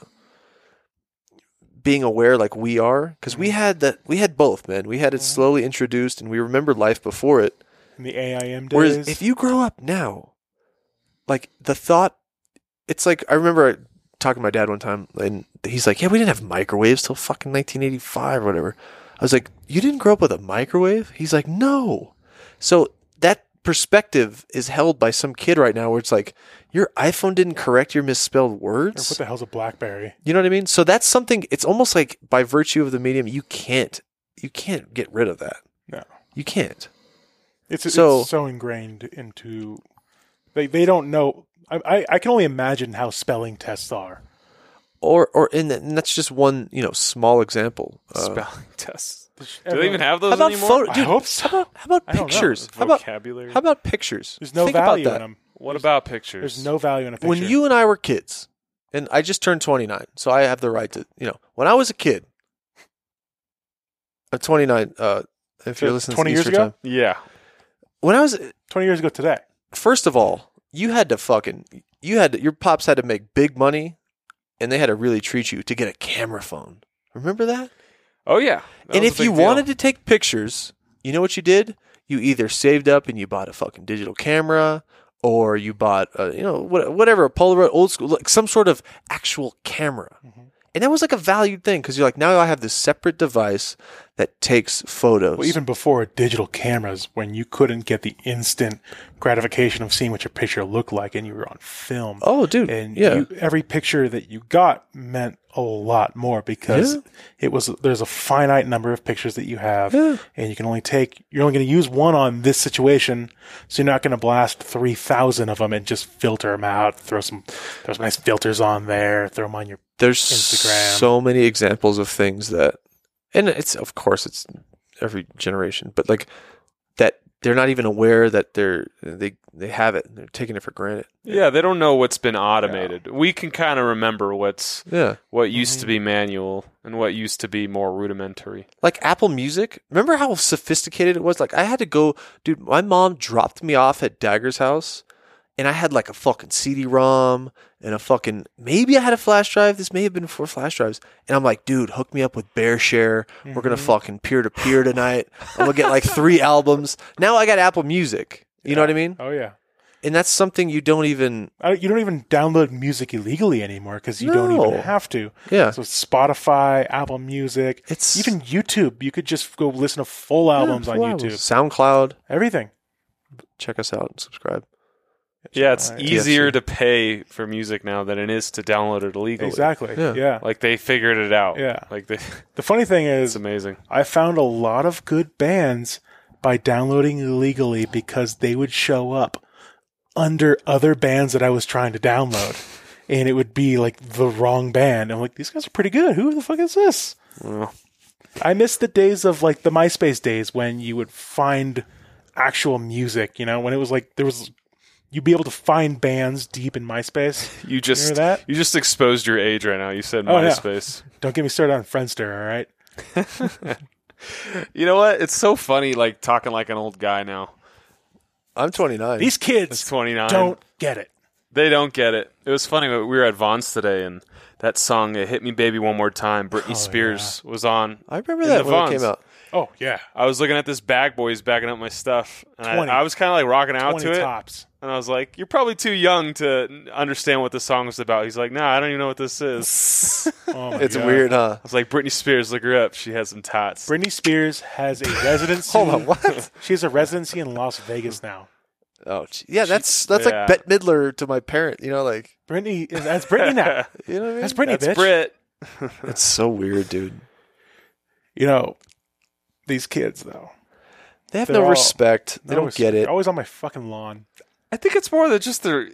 being aware like we are because we had that we had both man we had it slowly introduced and we remembered life before it in the AIM days. Whereas if you grow up now, like the thought, it's like I remember talking to my dad one time, and he's like, "Yeah, we didn't have microwaves till fucking 1985 or whatever." I was like, "You didn't grow up with a microwave?" He's like, "No." So that perspective is held by some kid right now, where it's like, "Your iPhone didn't correct your misspelled Or words." what the hell's a BlackBerry? You know what I mean? So that's something. It's almost like by virtue of the medium, you can't you can't get rid of that. No. you can't. It's so, So- it's so ingrained into they they don't know. I, I I can only imagine how spelling tests are. Or or and, that- and that's just one you know small example. Uh, Spelling tests. Do they even have those how about anymore? photo? I Dude, hope so. How about, how about I don't know. pictures? How about Vocabulary. how about pictures? There's no Think about value in that. them. what about pictures? There's no value in a picture. When you and I were kids, and I just turned 29, so I have the right to you know. When I was a kid, I'm 29. Uh, if you're So listening, 20 to years Easter ago? time. Yeah. when I was twenty years ago today, first of all, you had to fucking you had to, your pops had to make big money, and they had to really treat you to get a camera phone. Remember that? Oh yeah. and if you wanted to take pictures, you know what you did? You either saved up and you bought a fucking digital camera, or you bought a, you know what, whatever a Polaroid, old school, like some sort of actual camera. Mm-hmm. And that was like a valued thing because you're like, now I have this separate device that takes photos. well, even before digital cameras, when you couldn't get the instant gratification of seeing what your picture looked like, and you were on film. oh, dude, and yeah, you, every picture that you got meant a lot more because Yeah. it was there's a finite number of pictures that you have Yeah. and you can only take you're only going to use one on this situation so you're not going to blast 3000 of them and just filter them out throw some throw some nice filters on there throw them on your there's Instagram. so many examples of things that and it's of course it's every generation but like that they're not even aware that they're they they have it and they're taking it for granted Yeah, they don't know what's been automated. We can kind of remember what's yeah what used to be manual and what used to be more rudimentary. like apple music remember how sophisticated it was like i had to go dude my mom dropped me off at dagger's house and i had like a fucking cd-rom and a fucking maybe i had a flash drive this may have been before flash drives and i'm like dude hook me up with bear share we're Mm-hmm. gonna fucking peer-to-peer tonight i'm gonna get like three albums now i got apple music you know what i mean oh yeah and that's something you don't even I, you don't even download music illegally anymore because you don't No. even have to yeah so spotify apple music it's even youtube you could just go listen to full albums on full youtube soundcloud everything check us out and subscribe Yeah, it's Right. easier to pay for music now than it is to download it illegally. exactly Yeah. yeah. Like they figured it out. Yeah. Like they, The funny thing it's is, amazing. I found a lot of good bands by downloading illegally because they would show up under other bands that I was trying to download. And it would be like the wrong band. I'm like, these guys are pretty good. Who the fuck is this? Well, I miss the days of like the MySpace days when you would find actual music, you know, when it was like there was, you'd be able to find bands deep in MySpace. you just Remember that? you just exposed your age right now. You said Oh, yeah. MySpace. Don't get me started on Friendster, all right? You know what? It's so funny like talking like an old guy now. i'm 29 These It's kids 29. don't get it. They don't get it. It was funny. We were at Vaughn's today, and that song uh, "Hit Me, Baby, One More Time" Britney Spears was on. i remember In that the when it Vons. came out Oh, yeah. I was looking at this bag boys backing up my stuff, and 20. I, I was kind of like rocking out 20 to it. tops. And I was like, "You're probably too young to n- understand what the song was about." He's like, "Nah, I don't even know what this is." I Oh my it's God. weird huh was like, "Britney Spears, look her up. She has some tots." Britney Spears has a residency. Hold on, what? She has a residency in Las Vegas now. Oh, gee. yeah, that's that's yeah. like Bette Midler to my parent. You know, like Britney, that's Britney now. you know what I mean? That's Britney, That's bitch. Brit. That's so weird, dude. You know, these kids though. They have They're no all- Oh. respect. They They're don't always- get it. They're always on my fucking lawn. I think it's more than just their.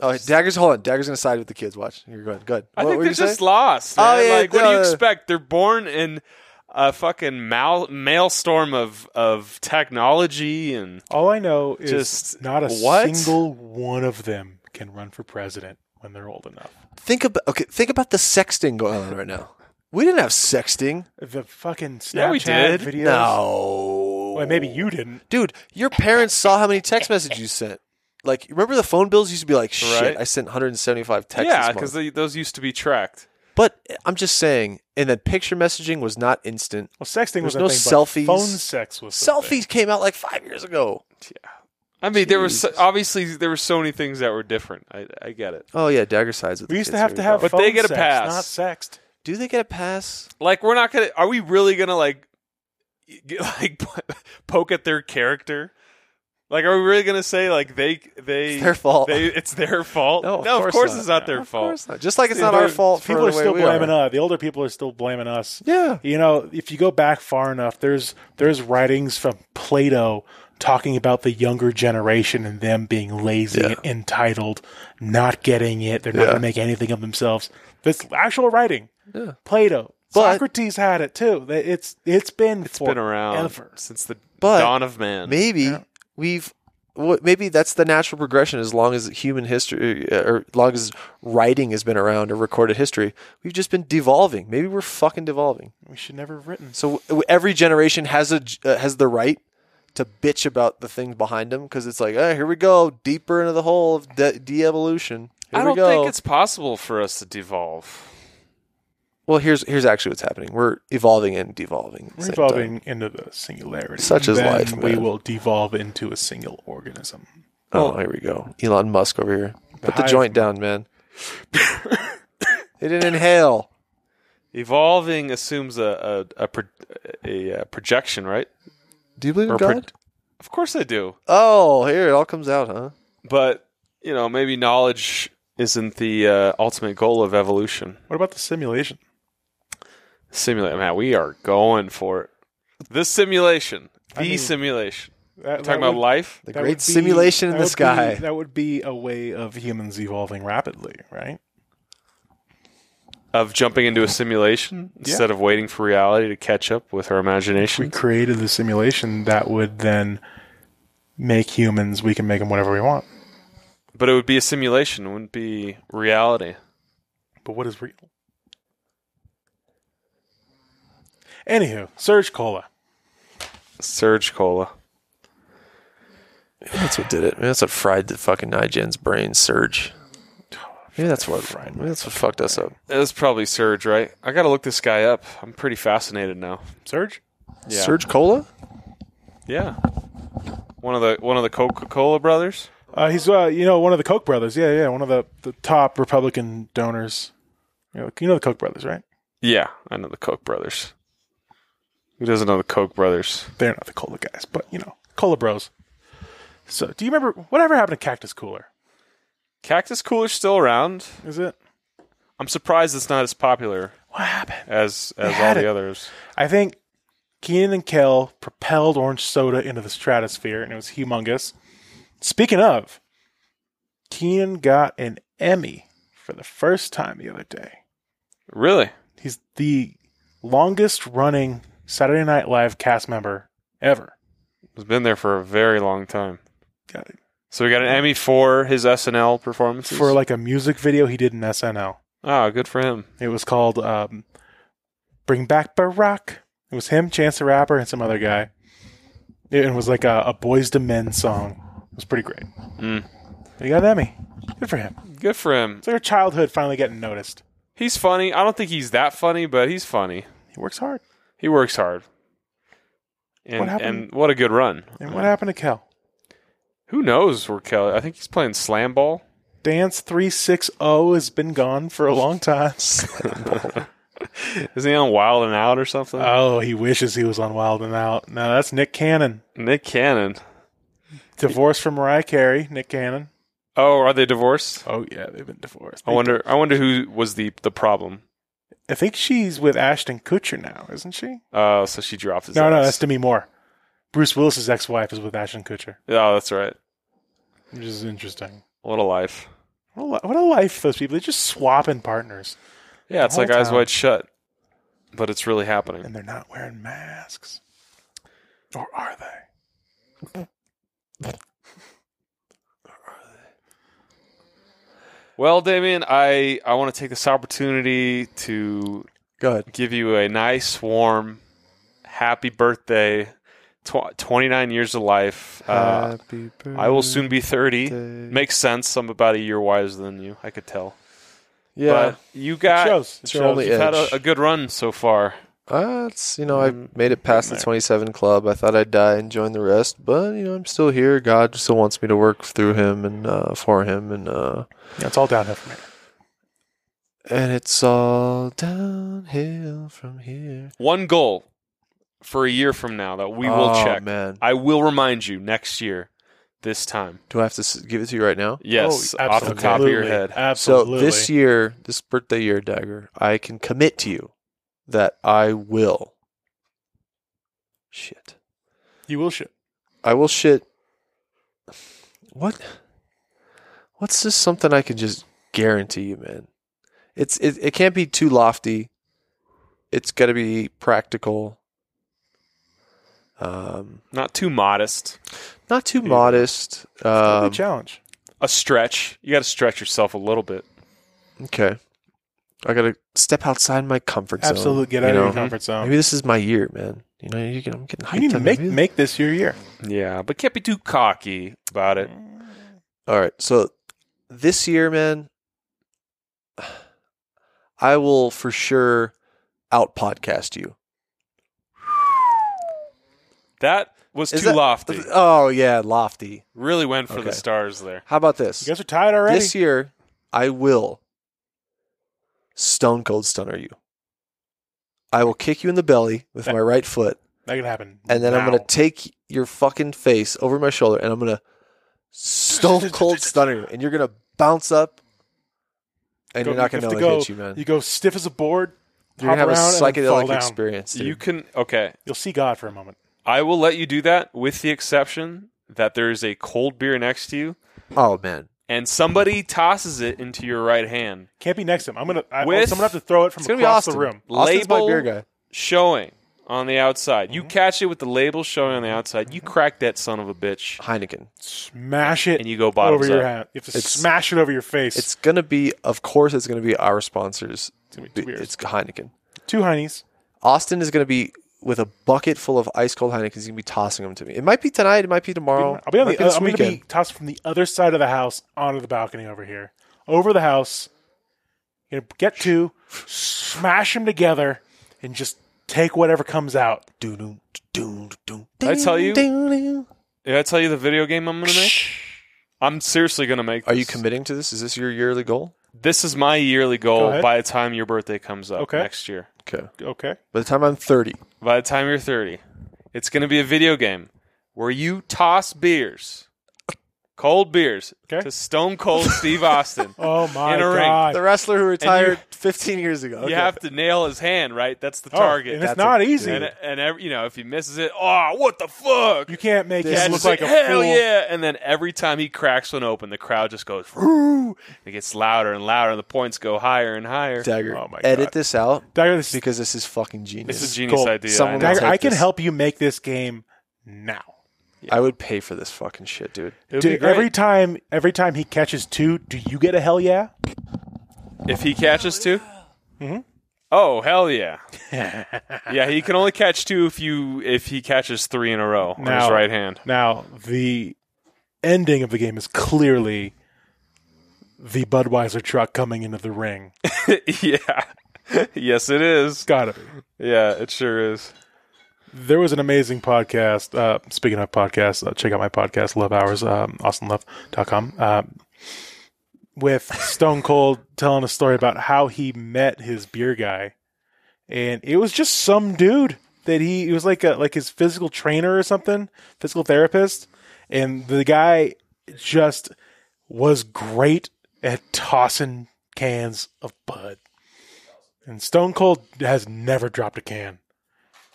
Oh, Dagger's hold on. Dagger's gonna side with the kids. Watch. You're good. Good. I What think were they're you saying? just lost. Oh, man. yeah, like, what do you no. expect? They're born in a fucking mal- maelstrom of of technology and All I know is Just- not a what? single one of them can run for president when they're old enough. think about okay. Think about the sexting going on right now. We didn't have sexting. The fucking Snapchat Yeah, we did. videos. No. Well, maybe you didn't. dude. Your parents saw how many text messages you sent. Like, remember the phone bills used to be like, shit. Right. I sent 175 texts. yeah, this month. because those used to be tracked. but eh, I'm just saying, and then picture messaging was not instant. Well, sexting was There's a no thing, but selfies. Phone sex was the thing. Selfies came out like five years ago. I mean, there was so, obviously there were so many things that were different. I, I get it. Oh yeah, dagger sides. With We the used to kids have here, to have but- But they phone get a sex, pass. not sexed. Do they get a pass? Like, we're not gonna. Are we really gonna like, get, like poke at their character? Like, are we really gonna say like they they It's their fault. They, it's their fault. No, of course not. it's not their Of fault. course not. Just like it's not They're- our fault. People for are the way still we blaming are. us. The older people are still blaming us. Yeah. You know, if you go back far enough, there's there's writings from Plato talking about the younger generation and them being lazy, Yeah. entitled, not getting it. They're not Yeah. going to make anything of themselves. That's actual writing. Yeah. Plato, But- Socrates had it too. That It's it's been It's been around forever. since the But dawn of man. Maybe we've. What, maybe that's the natural progression as long as human history uh, or long as writing has been around or recorded history we've just been devolving maybe we're fucking devolving We should never have written. So w- every generation has a j- uh, has the right to bitch about the things behind them because it's like, oh, here we go, deeper into the hole of de- de-evolution. Here I we don't go. think it's possible for us to devolve. well. Here's here's actually what's happening. We're evolving and devolving. at the We're same time. evolving into the singularity. Such is Then life, We man. will devolve into a single organism. Oh, here we go. Elon Musk over here. Put the hive joint down, man. they didn't inhale. Evolving assumes a a a, pro, a, uh projection, right? Do you believe in Or pro- God? Of course I do, oh, here it all comes out, huh? but you know maybe knowledge isn't the uh, ultimate goal of evolution. What about the simulation? Simulate, man. We are going for it. This simulation, the I mean, simulation. That, Talking about life. The that great would be- simulation that in the would be- sky. that would be a way of humans evolving rapidly, right? of jumping into a simulation instead of waiting for reality to catch up with our We imagination. Mm-hmm. created the simulation that would then make humans. We can make them whatever we want. But it would be a simulation, it wouldn't be reality. But what is real? Anywho, Surge Cola. Surge cola. Maybe that's what did it. Maybe that's what fried the fucking iGen's brain surge. Maybe that's what. Maybe that's what fucked us up. It was probably Surge, right? I gotta look this guy up. I'm pretty fascinated now. Surge? Yeah. Surge cola. Yeah. One of the one of the Coca Cola brothers. Uh, he's uh, you know one of the Koch brothers. Yeah, yeah, one of the, the top Republican donors. You know, you know the Koch brothers, right? Yeah, I know the Koch brothers. Who doesn't know the Koch brothers? They're not the cola guys, but you know, cola bros. So, do you remember whatever happened to Cactus Cooler? Cactus Cooler's still around. Is it I'm surprised it's not as popular what happened? as as all had the it. others. I think Keenan and Kel propelled orange soda into the stratosphere, and it was humongous. Speaking of, Keenan got an Emmy for the first time the other day. Really? He's the longest running Saturday Night Live cast member ever. It's been there for a very long time. Got it. So we got an Emmy for his SNL performances. For like a music video he did in SNL. ah, good for him. It was called um, Bring Back Barack. It was him, Chance the Rapper, and some other guy. It was like a, a Boys to Men song. It was pretty great. Mm. He got an Emmy. Good for him. Good for him. It's like our childhood finally getting noticed. He's funny. I don't think he's that funny, but he's funny. He works hard. He works hard. And What happened- and what a good run. And what happened to Kel? Who knows where Kelly? I think he's playing slam ball. Dance 360 has been gone for a long time. Isn't he on Wild and Out or something? oh, he wishes he was on Wild and Out. No, that's Nick Cannon. Nick Cannon. Divorced from Mariah Carey, Nick Cannon. Oh, are they divorced? Oh, yeah, they've been divorced. I wonder. I wonder who was the the problem. I think she's with Ashton Kutcher now, isn't she? Uh, so she dropped his. No, no, that's ass. Demi Moore. Bruce Willis's ex-wife is with Ashton Kutcher, oh, that's right. which is interesting. What a life. What a, li- what a life for those people. They're just swapping partners, Yeah, it's whole like Eyes town. Wide Shut, but it's really happening. and they're not wearing masks. Or are they? Well, Damien, I, I want to take this opportunity to Go ahead. give you a nice, warm, happy birthday. Tw- 29 years of life. Uh, Happy I will soon be 30. birthday. Makes sense. I'm about a year wiser than you. I could tell. Yeah, But you got shows. It it's shows. your only you've had edge. a, a good run so far. Uh, it's you know I Mm, made it past the 27 club. I thought I'd die and join the rest, but you know I'm still here. God still wants me to work through him and uh, for him, and uh, Yeah, it's all downhill from here. and it's all downhill from here. One goal for a year from now that we will Oh, check. Man, I will remind you next year, this time. do I have to s- give it to you right now? Yes, Oh, off the top of your absolutely. head. Absolutely. So this year, this birthday year, Dagger, I can commit to you that I will. Shit. you will shit. I will shit. What? What's this? Something I can just guarantee you, man. It's it. It can't be too lofty. It's got to be practical. Um, Not too modest. not too Yeah. modest. That'll be a Um, challenge. A stretch. You got to stretch yourself a little bit. okay. I gotta step outside my comfort zone. Absolutely, get you out of know? your comfort zone. Maybe this is my year, man. You know, you can, I'm getting hyped. You need to up. make Maybe- make this your year. Yeah, but can't be too cocky about it. All right. So this year, man, I will for sure out podcast you. That was Is too that- lofty. Oh, yeah. Lofty. Really went for Okay. the stars there. How about this? You guys are tired already. This year, I will stone cold stunner you. I will kick you in the belly with That- my right foot. that can happen. and then I'm now. gonna take your fucking face over my shoulder, and I'm gonna stone cold stunner you, and you're gonna bounce up, and Go- you're not you gonna know have to it go- hit you, man. You go stiff as a board. You're gonna hop have a around and then fall psychedelic down. experience. dude. You can okay. You'll see God for a moment. I will let you do that with the exception that there is a cold beer next to you oh man, and somebody tosses it into your right hand. Can't be next to him. I'm gonna. I, With- someone have to throw it from it's gonna across be Austin. the room. Austin's my Label- beer guy. Showing on the outside. Mm-hmm. You catch it with the label showing on the outside. You crack that son of a bitch Heineken. Smash it and you go over bottoms your up. hand. You have to It's- smash it over your face. It's gonna be, of course, it's gonna be our sponsors. gonna be two beers. It's Heineken. two heinies. Austin is gonna be with a bucket full of ice cold Heineken. He's gonna be tossing them to me. It might be tonight. It might be tomorrow. I'll be on it might the. Uh, this I'm going to weekend. be tossed from the other side of the house onto the balcony over here, over the house. You know, get two, smash them together, and just take whatever comes out. Doo-doo, doo-doo, doo-doo, I tell you- doo-doo. Did I tell you the video game I'm going to make? I'm seriously going to make Are you this. committing to this? Is this your yearly goal? This is my yearly Go goal ahead. by the time your birthday comes up Okay. next year. Okay. Okay, By the time I'm 30, By the time you're 30, it's going to be a video game where you toss beers, cold beers, Okay. to Stone Cold Steve Austin. Oh my In a ring. god! the wrestler who retired retired 15 years ago. You have to nail his hand, right? That's the Oh, target. and it's That's not a- easy. and, and every, you know, if he misses it, oh, what the fuck? you can't make Yeah, him And look just like like, a hell fool. yeah! And then every time he cracks one open, the crowd just goes, "Woo!" It gets louder and louder, and the points go higher and higher. Dagger. Oh my edit God. this out Dagger, this, because this is fucking genius. This is a genius gold. idea. Someone I know. Dagger, take I can this. help you make this game now. I would pay for this fucking shit, dude. It would be Dude, great. every time, every time he catches two, do you get a hell yeah? If he catches 2 Mm-hmm. Oh hell yeah! yeah, he can only catch two if you if he catches three in a row on his Now- right hand. Now, the ending of the game is clearly the Budweiser truck coming into the ring. It's yeah, yes it is. gotta be. Yeah, it sure is. There was an amazing podcast. Uh, speaking of podcasts, uh, check out my podcast, Love Hours, um, AustinLove.com, um, with Stone Cold telling a story about how he met his beer guy, and it was just some dude that he it was like a like his physical trainer or something, physical therapist, and the guy just was great at tossing cans of Bud, and Stone Cold has never dropped a can.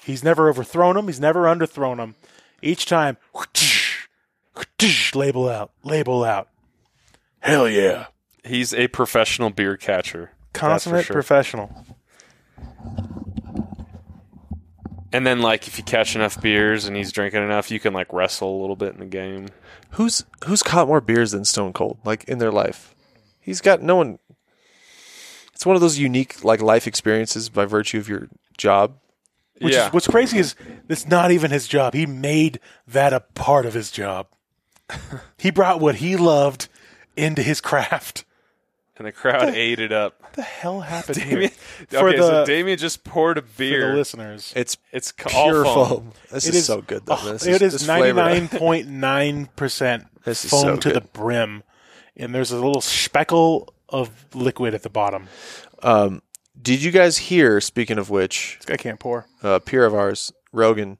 He's never overthrown him. He's never underthrown him. Each time, label out, label out. Hell yeah. He's a professional beer catcher. That's for Consummate sure. professional. and then like if you catch enough beers and he's drinking enough, you can like wrestle a little bit in the game. Who's who's caught more beers than Stone Cold like in their life? He's got no one It's one of those unique like life experiences by virtue of your job. Which yeah, is what's crazy is it's not even his job. He made that a part of his job. he brought what he loved into his craft. and the crowd ate it up. What the hell happened Damien, here? For okay, the- so Damien just poured a For the beer. listeners, It's It's ca- pure all foam. foam. This It is is- so good though. oh, this it this is ninety flavor- nine point nine percent foam This is so to the good. brim, and there's a little speckle of liquid at the bottom. Um, did you guys hear? Speaking of which, This guy can't pour. a peer of ours, Rogan.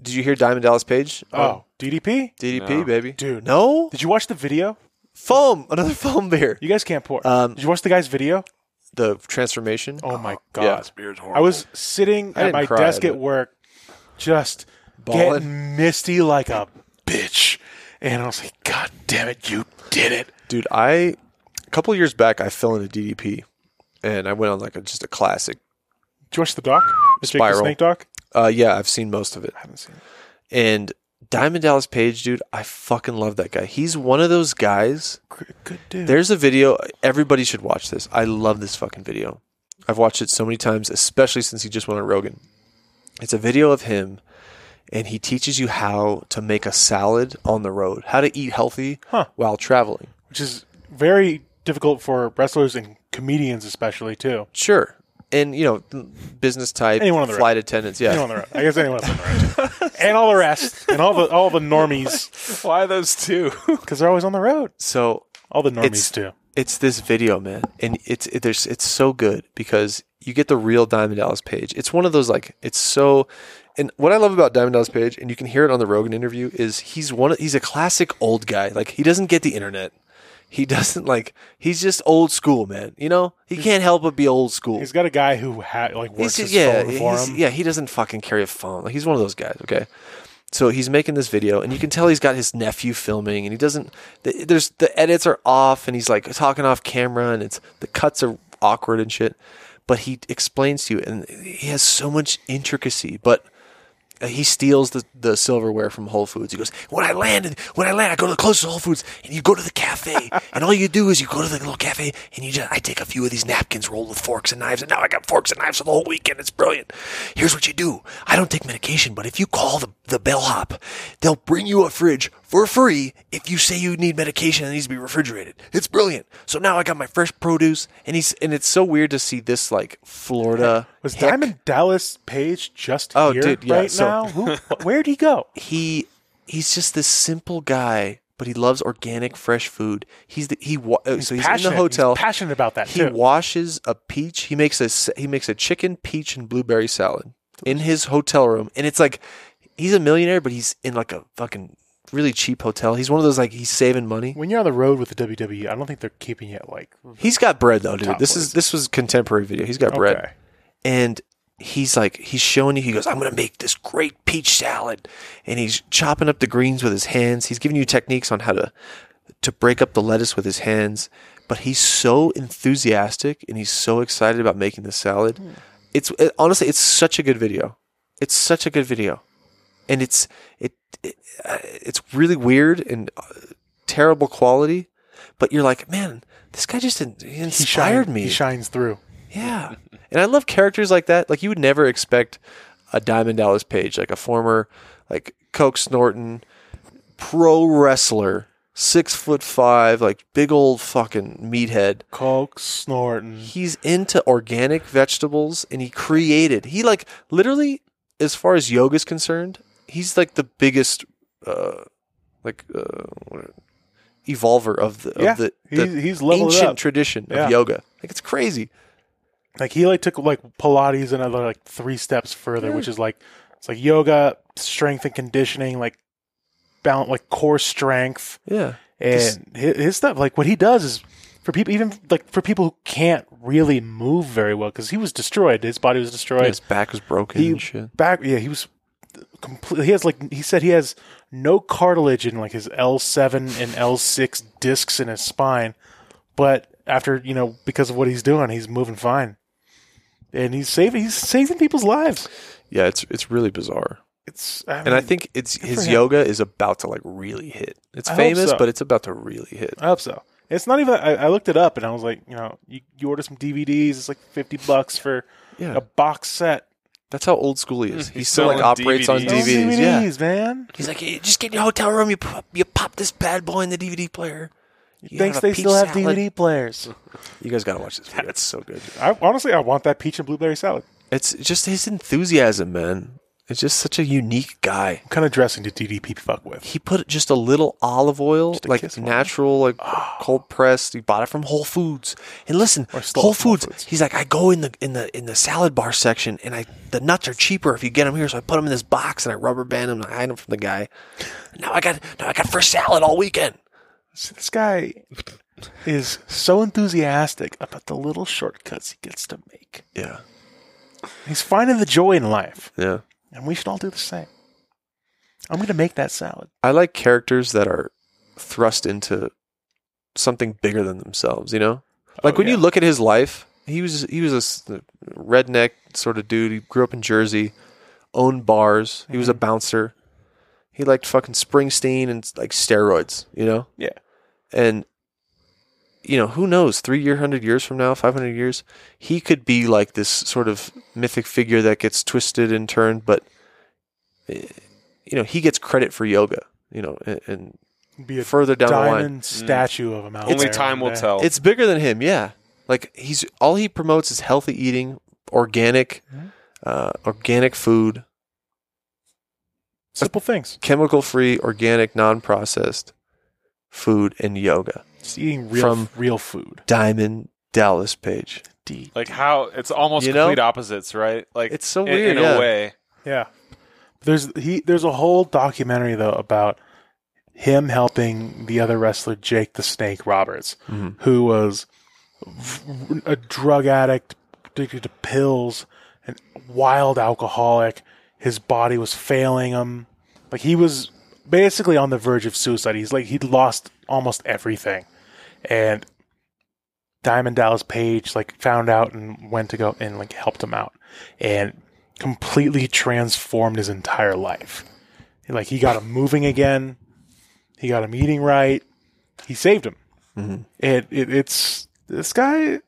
Did you hear Diamond Dallas Page? Oh, DDP, DDP No. baby. dude. No Did you watch the video? foam. Another foam beer. You guys can't pour. Um, Did you watch the guy's video? the transformation. Oh my yeah. god! I was sitting I at didn't my cry, desk but- at work, just Ballin'. getting misty like a bitch, and I was like, "God damn it, you did it!" Dude, I a couple years back I fell into DDP, and I went on like a, just a classic. Did you watch the doc? Jake the Spiral. Snake doc. Uh, yeah, I've seen most of it. I haven't seen it. And Diamond Dallas Page, dude, I fucking love that guy. He's one of those guys. Good, good dude. There's a video. Everybody should watch this. I love this fucking video. I've watched it so many times, especially since he just went on Rogan. It's a video of him, and he teaches you how to make a salad on the road, how to eat healthy Huh. while traveling. which is very difficult for wrestlers and comedians, especially too. Sure. And you know, business type, Anyone on the road. flight attendants. Yeah, Anyone on the road, I guess anyone else on the road, and all the rest, and all the all the normies, Why those two? because they're always on the road. So All the normies It's- too. it's this video, man, and it's it, there's it's so good because you get the real Diamond Dallas Page. It's one of those like it's so. And what I love about Diamond Dallas Page, and you can hear it on the Rogan interview, is he's one. of- He's a classic old guy. Like he doesn't get the internet. He doesn't like. He's just old school, man. You know, he can't help but be old school. He's got a guy who ha- like works He's- his yeah, phone for he's- him. yeah, he doesn't fucking carry a phone. Like he's one of those guys. Okay, so he's making this video, and you can tell he's got his nephew filming, and he doesn't. th- There's the edits are off, and he's like talking off camera, and it's the cuts are awkward and shit. But he explains to you, and he has so much intricacy. But uh, he steals the, the silverware from Whole Foods. He goes, when I landed, when I land, I go to the closest Whole Foods, and you go to the cafe, and all you do is you go to the little cafe, and you just I take a few of these napkins rolled with forks and knives, and now I got forks and knives for the whole weekend. It's brilliant. Here's what you do: I don't take medication, but if you call the the bellhop, they'll bring you a fridge for free if you say you need medication and it needs to be refrigerated. It's brilliant. So now I got my fresh produce, and he's and it's so weird to see this like Florida. Was hick. Diamond Dallas Page just Oh, here dude, yeah, right so- now? Who, where'd he go? he he's just this simple guy, but he loves organic fresh food. He's the, he wa- uh, so he's in passionate. the hotel. He's passionate about that he too. washes a peach. He makes a s- he makes a chicken peach and blueberry salad in his hotel room, and it's like he's a millionaire, but he's in like a fucking really cheap hotel. He's one of those like he's saving money. when you're on the road with the WWE, I don't think they're keeping it like He's got bread though, dude. Top This is places. this was contemporary video. He's got bread okay. and he's like he's showing you he goes i'm going to make this great peach salad and he's chopping up the greens with his hands he's giving you techniques on how to to break up the lettuce with his hands but he's so enthusiastic and he's so excited about making the salad it's it, honestly it's such a good video it's such a good video and it's it, it uh, it's really weird and uh, terrible quality but you're like man this guy just in- he He inspired shine- me He shines through. yeah. And I love characters like that. Like you would never expect a Diamond Dallas Page, like a former like Coke snorting pro wrestler, six foot five, like big old fucking meathead. Coke snorting. He's into organic vegetables and he created he like literally as far as yoga's concerned, he's like the biggest uh like uh what- evolver of the yeah, of the, the he's, he's leveled ancient up. tradition of Yeah. yoga. Like it's crazy. like he like took like Pilates another like three steps further, which is like it's like yoga, strength and conditioning, like balance, like core strength, Yeah. and his, his stuff. Like what he does is for people, even like for people who can't really move very well, because he was destroyed. His body was destroyed. His back was broken He- and shit. Back, yeah, he was completely. He has like he said he has no cartilage in like his L seven and L six discs in his spine, but after you know because of what he's doing, he's moving fine, and he's saving he's saving people's lives. Yeah, it's it's really bizarre. It's I And I mean, think it's his him. yoga is about to like really hit. It's I hope famous, so. but it's about to really hit. I hope so. It's not even. I, I looked it up and I was like, you know, you, you order some DVDs. It's like fifty bucks for Yeah. a box set. That's how old school he is. He He's still like selling operates on DVDs. Those DVDs. Yeah. DVDs, man. He's like, "Hey, just get in your hotel room, you pop, you pop this bad boy in the DVD player. You Thanks, got a they still peach have salad. DVD players. You guys gotta watch this. Video. It's so good. I, honestly, I want that peach and blueberry salad. It's just his enthusiasm, man. It's just such a unique guy. What kind of dressing did DDP fuck with? He put just a little olive oil, a like kiss oil. natural, like cold pressed. He bought it from Whole Foods. And listen, Or stole Whole it from Whole Foods, Foods. He's like, I go in the in the in the salad bar section, and I the nuts are cheaper if you get them here. So I put them in this box, and I rubber band them, and I hide them from the guy. Now I got now I got fresh salad all weekend. See, This guy is so enthusiastic about the little shortcuts he gets to make. Yeah, He's finding the joy in life, yeah. and we should all do the same. I'm going to make that salad. I like characters that are thrust into something bigger than themselves. You know, like when Oh, yeah. you look at his life, he was he was a s- redneck sort of dude. He grew up in Jersey, owned bars. He Mm-hmm. was a bouncer. He liked fucking Springsteen and like steroids. You know. Yeah. and you know who knows three year hundred years from now 500 years he could be like this sort of mythic figure that gets twisted and turned but eh, you know he gets credit for yoga you know and, and Be a further down the line diamond statue of him out Only there time one will day. tell. it's bigger than him yeah like he's all he promotes is healthy eating organic Mhm. uh, organic food Simple things. chemical free organic non-processed food and yoga Just eating real, From- real food. diamond dallas page D. like how it's almost You know? complete opposites, right? Like It's so in- weird, in, yeah. a way. Yeah. There's he there's a whole documentary though about him helping the other wrestler Jake the Snake Roberts, Mhm. who was v- a drug addict, addicted to pills, an wild alcoholic. His body was failing him. Like he was basically on the verge of suicide. He's like he'd lost almost everything. And Diamond Dallas Page like found out and went to go and like helped him out and completely transformed his entire life. Like he got him moving again, he got him eating right, he saved him. It, it it's this guy.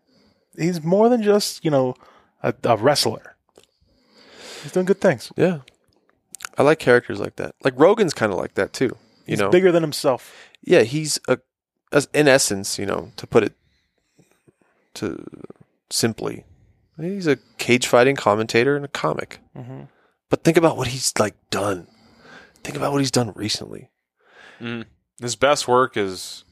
He's more than just you know a, a wrestler. He's doing good things. Yeah. I like characters like that. Like Rogan's kind of like that too. You He's know. bigger than himself. Yeah, he's a as in essence, you know, to put it to simply. He's a cage fighting commentator and a comic. Mhm. But think about what he's like done. Think about what he's done recently. His best work is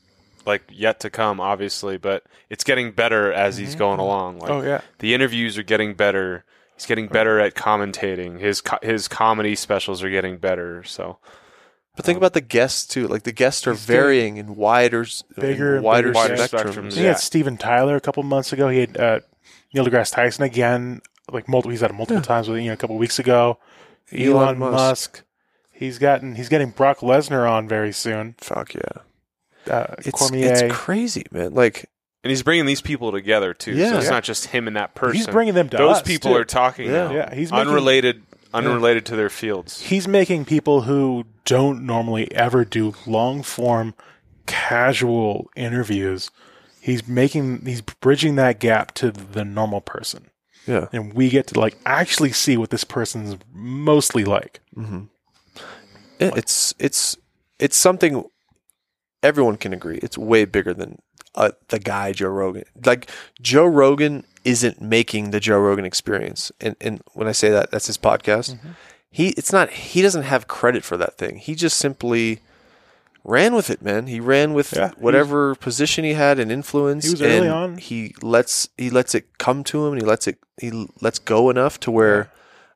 like yet to come, obviously, but it's getting better as he's Mm-hmm. going along. Like Oh, yeah, the interviews are getting better. He's getting Oh. better at commentating. His co- his comedy specials are getting better. So But think about the guests too. Like the guests are Um, He's doing varying in wider, s- bigger in and wider, bigger spectrums. spectrums. he Yeah. had Steven Tyler a couple months ago. He had uh, Neil deGrasse Tyson again. Like multiple, he's had him multiple times with you know a couple weeks ago. Elon, Musk. He's gotten he's getting Brock Lesnar on very soon. Fuck yeah! Uh, It's, Cormier. it's crazy, man. Like And he's bringing these people together too. Yeah. So it's Yeah. not just him and that person. he's bringing them to those us, people too. are talking Yeah. now. yeah. He's making, unrelated, unrelated to their fields. he's making people who don't normally ever do long form casual interviews he's making he's bridging that gap to the normal person yeah. and we get to like actually see what this person's mostly like Yeah, it's it's it's something everyone can agree. It's way bigger than uh, the guy Joe Rogan. Like Joe Rogan isn't making the Joe Rogan Experience, and and when I say that, that's his podcast. Mm-hmm. He it's not he doesn't have credit for that thing. He just simply ran with it, man. He ran with Yeah, he was- whatever position he had and influence. He was early and on. He lets he lets it come to him, and he lets it he l- lets go enough to where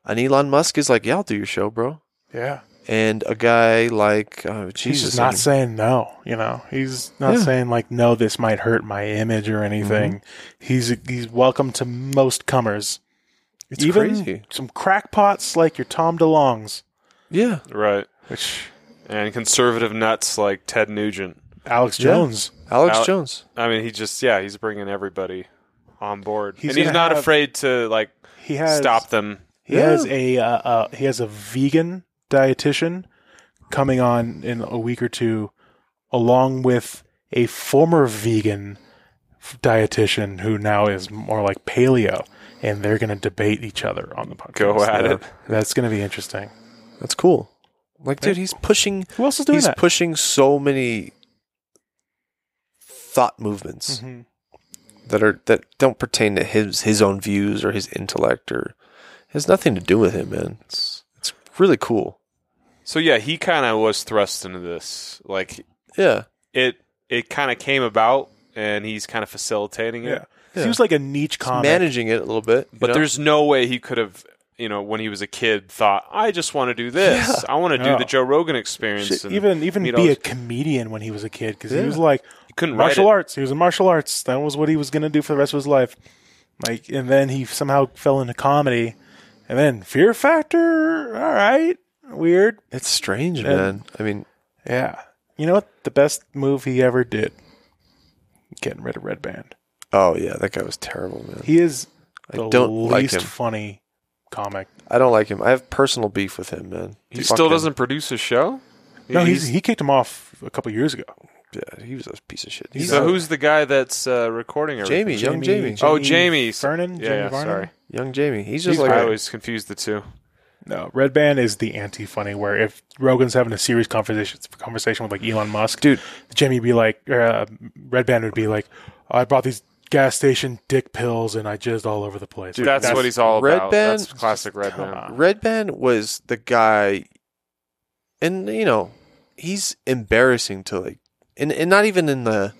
an Elon Musk is like, "Yeah, I'll do your show, bro." yeah and a guy like uh, he's Jesus, just not and- saying no you know he's not Yeah. saying like no this might hurt my image or anything he's he's welcome to most comers it's even crazy. some crackpots like your tom delongs Yeah, Right. which And conservative nuts like Ted Nugent. alex Yeah. jones Alex Al- Jones. I mean, he just, yeah, he's bringing everybody on board. He's and he's gonna not have- afraid to, like, he has stop them. He Yeah. has a uh, uh, he has a vegan dietitian coming on in a week or two, along with a former vegan f- dietitian who now is more like paleo, and they're going to debate each other on the podcast. Go at it. That's going to be interesting. That's cool. Like, dude, he's pushing. Who else is doing he's that? pushing so many thought movements Mm-hmm. that are that don't pertain to his his own views or his intellect or it has nothing to do with him, man. It's it's really cool. So yeah, he kind of was thrust into this. Like Yeah. it it kind of came about, and he's kind of facilitating it. Yeah. Yeah. He was like a niche comic. Managing it a little bit. But you know? there's no way he could have, you know, when he was a kid, thought, "I just want to do this. I want to do No. the Joe Rogan experience." Shit, and even even meet all be a these- comedian when he was a kid because Yeah. he was like he couldn't write martial it. arts. He was in martial arts. That was what he was going to do for the rest of his life. Like, and then he somehow fell into comedy, and then Fear Factor. All right, weird. it's strange, man. I mean, Yeah, you know what? The best move he ever did. Getting rid of Red Band. oh yeah, that guy was terrible, man. He is I the don't like least him. funny comic. I don't like him. I have personal beef with him, man. He Fuck still him. doesn't produce a show. No, he's, he kicked him off a couple years ago. Yeah, he was a piece of shit. He's so out. who's the guy that's uh, recording everything? Jamie, young Jamie, Oh, Jamie. Vernon. Yeah, Jamie yeah, Varnon? sorry. young Jamie. He's just like I a- always confuse the two. No, Red Band is the anti funny. Where if Rogan's having a serious conversation conversation with like Elon Musk, Dude. Jamie would be like, or, uh, Red Band would be like, I bought these gas station dick pills and I jizzed all over the place. that's, what he's all Red about. Band? That's classic Red Come Band. on. Red Band was the guy, and you know, he's embarrassing to like, and and not even in the,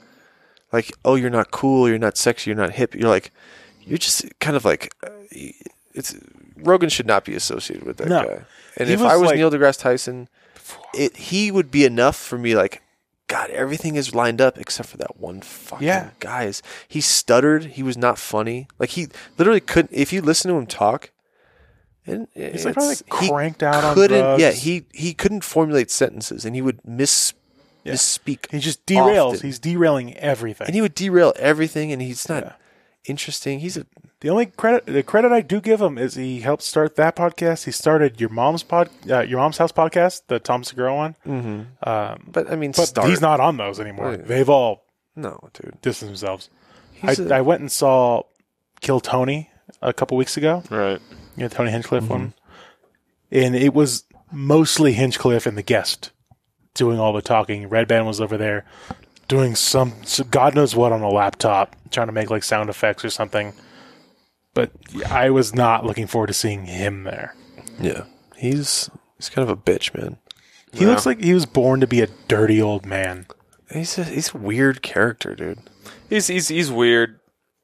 like, oh, you're not cool, you're not sexy, you're not hip. You're like, you're just kind of like, uh, it's Rogan should not be associated with that No. guy. And He if was I was like- Neil deGrasse Tyson, it he would be enough for me. Like, God, everything is lined up except for that one fucking Yeah. guy. Is he stuttered? He was not funny. Like he literally couldn't. If you listen to him talk. And He's like, it's- probably he cranked out on couldn't, drugs. Yeah, he he couldn't formulate sentences, and he would miss misspeak. He just derails. often. He's derailing everything. and he would derail everything, and he's not interesting. He's a the only credit, the credit I do give him is he helped start that podcast. He started your mom's pod, uh, your mom's house podcast, the Tom Segura one. but I mean, But start. he's not on those anymore. Right. They've all No, dude. distanced themselves. I He's a- I went and saw Kill Tony a couple weeks ago. Right. You know, Tony Hinchcliffe Mm-hmm. one. And it was mostly Hinchcliffe and the guest doing all the talking. Red Band was over there doing some, so God knows what on a laptop, trying to make like sound effects or something. But I was not looking forward to seeing him there. Yeah, he's he's kind of a bitch, man. He looks like he was born to be a dirty old man. He's a, he's a weird character, dude. He's he's he's weird,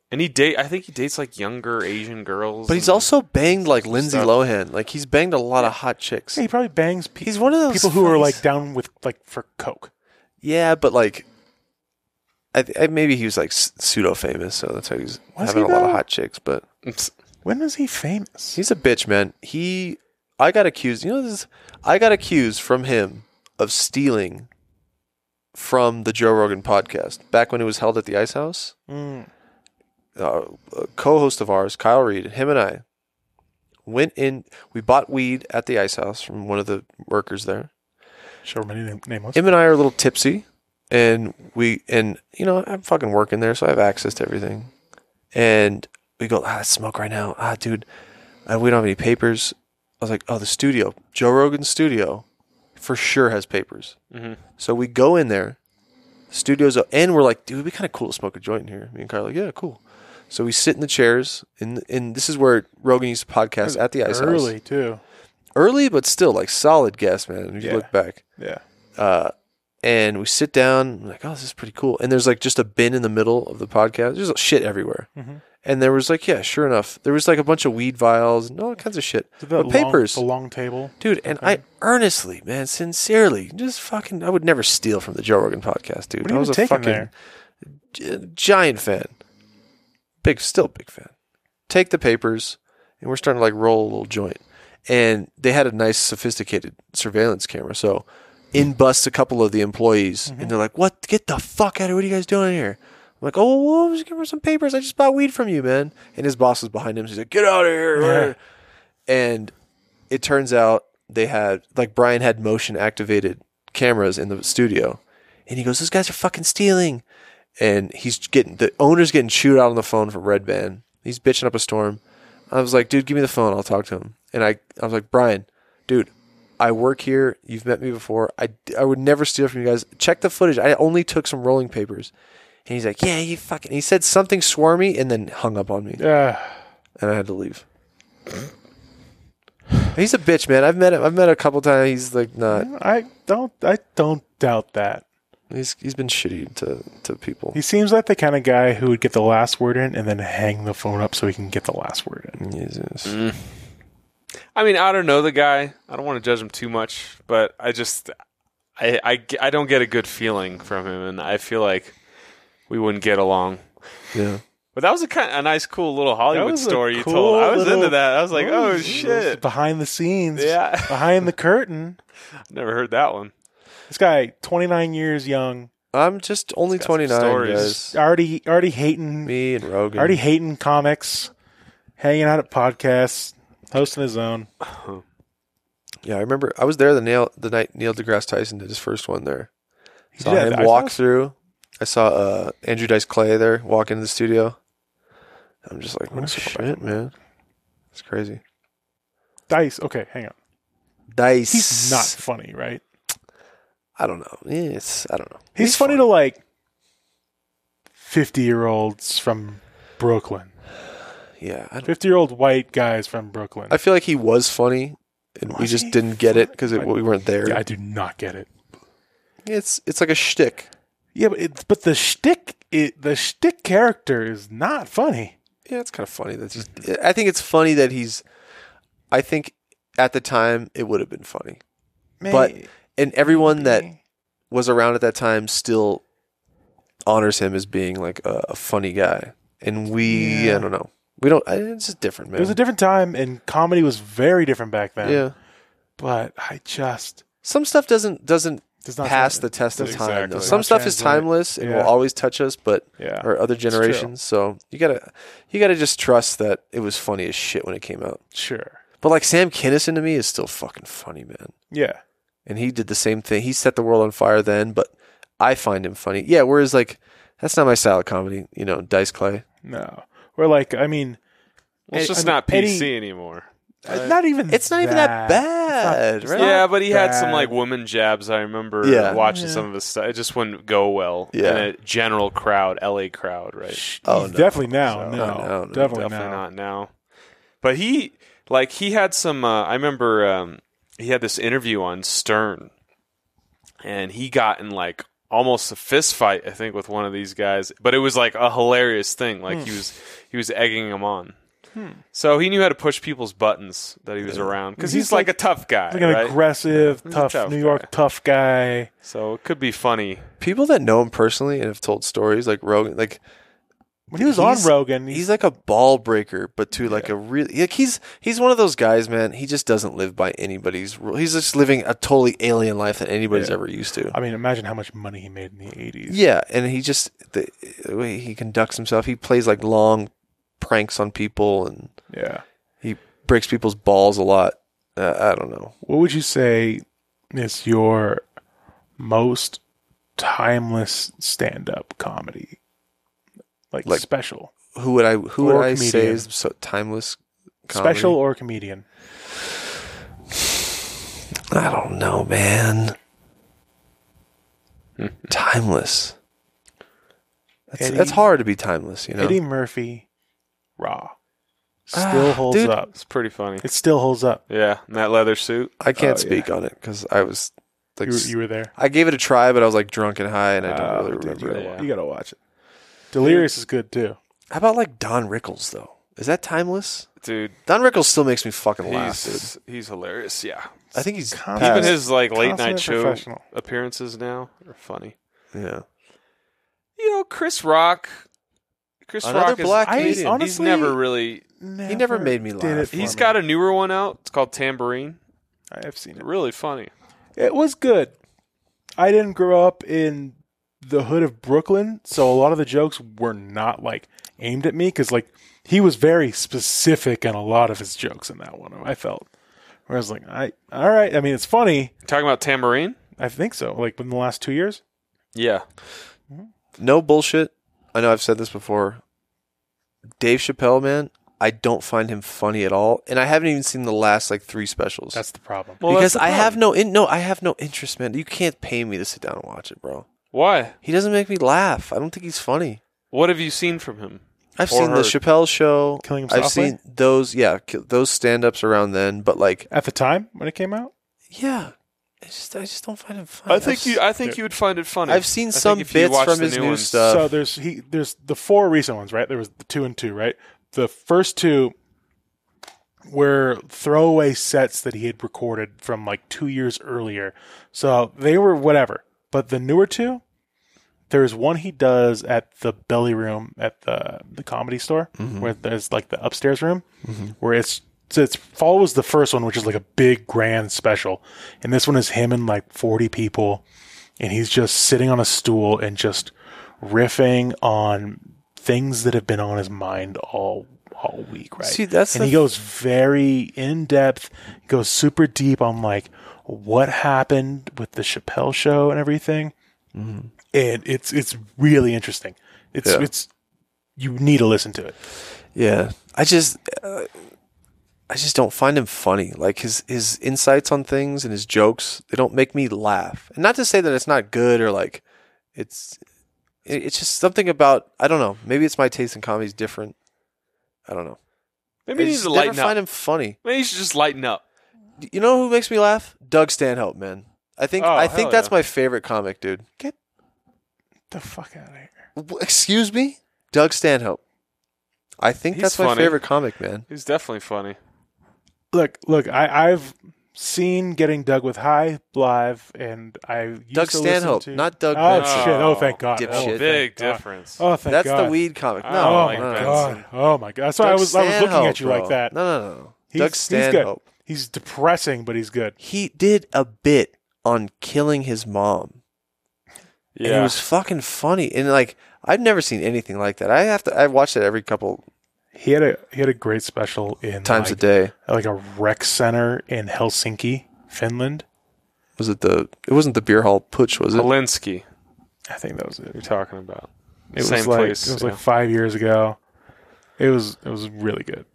and he date. I think he dates like younger Asian girls. But he's and- also banged like Lindsay Stuff. Lohan. Like he's banged a lot of hot chicks. He probably bangs pe- He's one of those people who are fucking- like down with like for coke. Yeah, but like, I, th- I maybe he was like pseudo famous, so that's how he's Was having he, a lot of though? hot chicks. But When was he famous? He's a bitch, man. He, I got accused. You know this. I got accused from him of stealing from the Joe Rogan podcast back when it was held at the Ice House. Hmm. Uh, a co-host of ours, Kyle Reed, him and I went in. We bought weed at the Ice House from one of the workers there. Sure, my name, name was. Him and I are a little tipsy, and we and you know I'm fucking working there, so I have access to everything. And we go, ah, let's smoke right now. Ah, dude, uh, we don't have any papers. I was like, oh, the studio, Joe Rogan's studio, for sure has papers. Mm-hmm. So we go in there, studios, and we're like, dude, it'd be kind of cool to smoke a joint in here. Me and Kyle are like, yeah, cool. So we sit in the chairs, and and this is where Rogan used to podcast at the Ice early House. too. Early, but still like solid guest, man. If you Yeah. look back Yeah. uh, and we sit down. I'm like, oh, this is pretty cool. And there's like just a bin in the middle of the podcast. There's shit everywhere. And there was like, yeah, sure enough, there was like a bunch of weed vials and all kinds of shit. The, but long, papers, the long table. dude. And I earnestly, man, sincerely, just fucking, I would never steal from the Joe Rogan podcast, dude. What are I you was a taking fucking there? gi- giant fan. Big, still big fan. Take the papers, and we're starting to like roll a little joint. And they had a nice, sophisticated surveillance camera. So in busts a couple of the employees, Mm-hmm. and they're like, "What? Get the fuck out of here! What are you guys doing here?" I'm like, "Oh, well, I was giving her some papers. I just bought weed from you, man." And his boss was behind him. So he's like, "Get out of here!" And it turns out they had like Brian had motion activated cameras in the studio, and he goes, "Those guys are fucking stealing," and he's getting the owner's getting chewed out on the phone from Red Band. He's bitching up a storm. I was like, "Dude, give me the phone. I'll talk to him." And I, I was like, "Brian, dude." I work here. You've met me before. I, I would never steal from you guys. Check the footage. I only took some rolling papers. And he's like, yeah, you fucking. He said something swarmy and then hung up on me, Uh, and I had to leave. he's a bitch, man. I've met him. I've met him a couple times. He's like not. I don't. I don't doubt that. He's he's been shitty to to people. He seems like the kind of guy who would get the last word in and then hang the phone up so he can get the last word in. Jesus. Mm-hmm. I mean, I don't know the guy. I don't want to judge him too much, but I just, I, I, ge- I don't get a good feeling from him, and I feel like we wouldn't get along. Yeah. But that was a kind, a nice, cool little Hollywood was a story you cool told. I was little- into that. I was like, oh Ooh, shit, Behind the scenes. Yeah. Behind the curtain. never heard that one. This guy, 29 years young, I'm just only some 29, stories. guys. already already hating Me and Rogan. already hating comics, hanging out at podcasts, hosting his own. Yeah, I remember. I was there the nail the night Neil deGrasse Tyson did his first one there. He Saw did him that. I walk saw- through. I saw uh, Andrew Dice Clay there walk into the studio. I'm just like, oh shit, man, it's crazy. Dice. Okay, hang on. Dice. He's not funny, right? I don't know. Yeah, It's I don't know. He's, funny to like 50 year olds from Brooklyn. Yeah, I, don't, 50 year old white guys from Brooklyn. I feel like he was funny, and we Was just he didn't get it because I- we weren't there. yeah, I do not get it. it's it's like a shtick. Yeah, but, it, but the shtick, it, the shtick character is not funny. Yeah, it's kind of funny that he's. I think it's funny that he's. I think at the time it would have been funny, But and everyone that was around at that time still honors him as being like a, a funny guy, and we Yeah. I don't know. We don't. I- It's just different, man. it was a different time, and comedy was very different back then. yeah. but I just Some stuff doesn't doesn't does not pass the test of Doesn't- time. Exactly. Though. Some Not stuff is translate. timeless and Yeah. will always touch us, but yeah. or other true. generations. So you gotta you gotta just trust that it was funny as shit when it came out. Sure. But like Sam Kinison to me is still fucking funny, man. Yeah. and he did the same thing. He set the world on fire then, but I find him funny. Yeah, whereas like that's not my style of comedy, you know, Dice Clay. No. Or like, I mean, Well, Ed- it's just I mean, not Eddie- PC anymore. uh, not even. It's not even that bad, It's right? not yeah, but he had some bad. like woman jabs. I remember Yeah. watching Yeah. some of his stuff. It just wouldn't go well Yeah. in a general crowd, LA crowd, right? Sh- Oh, he's no. definitely now. So- no, No, no, no, definitely, definitely now. not now. But he, like, he had some. Uh, I remember um, he had this interview on Stern, and he got in like almost a fist fight, I think, with one of these guys. But it was like a hilarious thing. Like Hmm. he was he was egging him on. So he knew how to push people's buttons that he was around because He's he's, like, like- a tough guy, Like an right? aggressive, He's a tough, tough New York guy. tough guy. so it could be funny. People that know him personally and have told stories like Rogan, like When he was He's- on Rogan, he's like a ball breaker, but to like a real like he's he's one of those guys, man. He just doesn't live by anybody's rule. He's just living a totally alien life that anybody's Yeah. ever used to. I mean, imagine how much money he made in the eighties. Yeah, and he just the, the way he conducts himself, he plays like long pranks on people and yeah. he breaks people's balls a lot. Uh, I don't know. What would you say is your most timeless stand-up comedy, like, Like, special, Who would I? Who Or would I say comedian. is so timeless? Comedy? special or comedian? I don't know, man. timeless. That's, Hmm. Eddie- that's hard to be timeless, you know. Eddie Murphy, Raw, still Ah, holds dude. up. It's pretty funny. It still holds up. Yeah, and that leather suit. I can't Oh, yeah. speak on it because I was like, You were, you were there. I gave it a try, but I was like drunk and high, and I Oh, don't really dude, remember. You it. gotta, it. wa- you gotta watch it. Delirious is good too. How about like Don Rickles though? Is that timeless? Dude, Don Rickles still makes me fucking laugh, dude. he's he's hilarious. Yeah, I think he's Even even Yes. passed. his like late night Consummate show professional. appearances now are funny. yeah. You know, Chris Rock. Chris Another Rock is black I comedian. honest- he's Honestly, never really. He never made me did laugh. it He's for got me. a newer one out. It's called Tambourine. I have seen it. Really funny. It was good. I didn't grow up in the hood of Brooklyn, so a lot of the jokes were not like aimed at me because like he was very specific on a lot of his jokes in that one. I felt where I was like, I all right. I mean, it's funny. Talking about Tambourine. I think so. Like in the last two years. Yeah, no bullshit. I know I've said this before. Dave Chappelle, man, I don't find him funny at all, and I haven't even seen the last like three specials. That's the problem. well, because that's the I have problem. no in, no, I have no interest, man. You can't pay me to sit down and watch it, bro. Why? He doesn't make me laugh. I don't think he's funny. What have you seen from him? I've Or seen the her. Chappelle show. Killing Him I've Softly? seen those, yeah, ki- those stand-ups around then. But like, At the time when it came out, yeah, I just, I just don't find him funny. I think I've you. s- I think you would find it funny. I've seen I think some if you bits watch from the his new new ones- stuff. so there's he there's the four recent ones, right? There was the two and two, right? The first two were throwaway sets that he had recorded from like two years earlier, so they were whatever. But the newer two, there's one he does at the belly room at the the comedy store, Mm-hmm. where there's like the upstairs room, where it's so it's follows the first one, which is like a big grand special, and this one is him and like forty people, and he's just sitting on a stool and just riffing on things that have been on his mind all all week, right? See, that's and the he goes very in depth, goes super deep on like what happened with the Chappelle show and everything, and it's it's really interesting. It's Yeah. it's you need to listen to it. Yeah, I just, uh, I just don't find him funny. Like his his insights on things and his jokes, they don't make me laugh. And not to say that it's not good or like, it's, it, it's just something about I don't know. Maybe it's my taste in comedy is different. I don't know. Maybe I you need just to never lighten find up. him funny. Maybe you should just lighten up. You know who makes me laugh? Doug Stanhope, man. I think Oh, I hell think that's yeah. my favorite comic, dude. The fuck out of here. W- Excuse me, Doug Stanhope. I think He's that's my funny. favorite comic, man. He's definitely funny. Look, look, I, I've seen Getting Dug with High live, and I used Doug to listen Stanhope, to- not Doug Oh Benson. shit! Oh thank God! Dipshit. Oh, thank Big God. difference. Oh thank That's God! the weed comic. I No, don't Oh like my no, no, no. God! Benson. Oh my God! That's why I Doug was I was looking at you Stanhope, like bro. that. No, no, no, no. He's- Doug Stanhope. He's, good. he's depressing, but he's good. He did a bit on killing his mom, and it Yeah. was fucking funny. And like, I've never seen anything like that. I have to. I watch it every couple He had a he had a great special in times like, a day. like a rec center in Helsinki, Finland. Was it the? It wasn't the beer hall putsch, was it? Polinsky, I think that was it. you're talking about. It Same was like place, it was yeah. like five years ago. It was it was really good.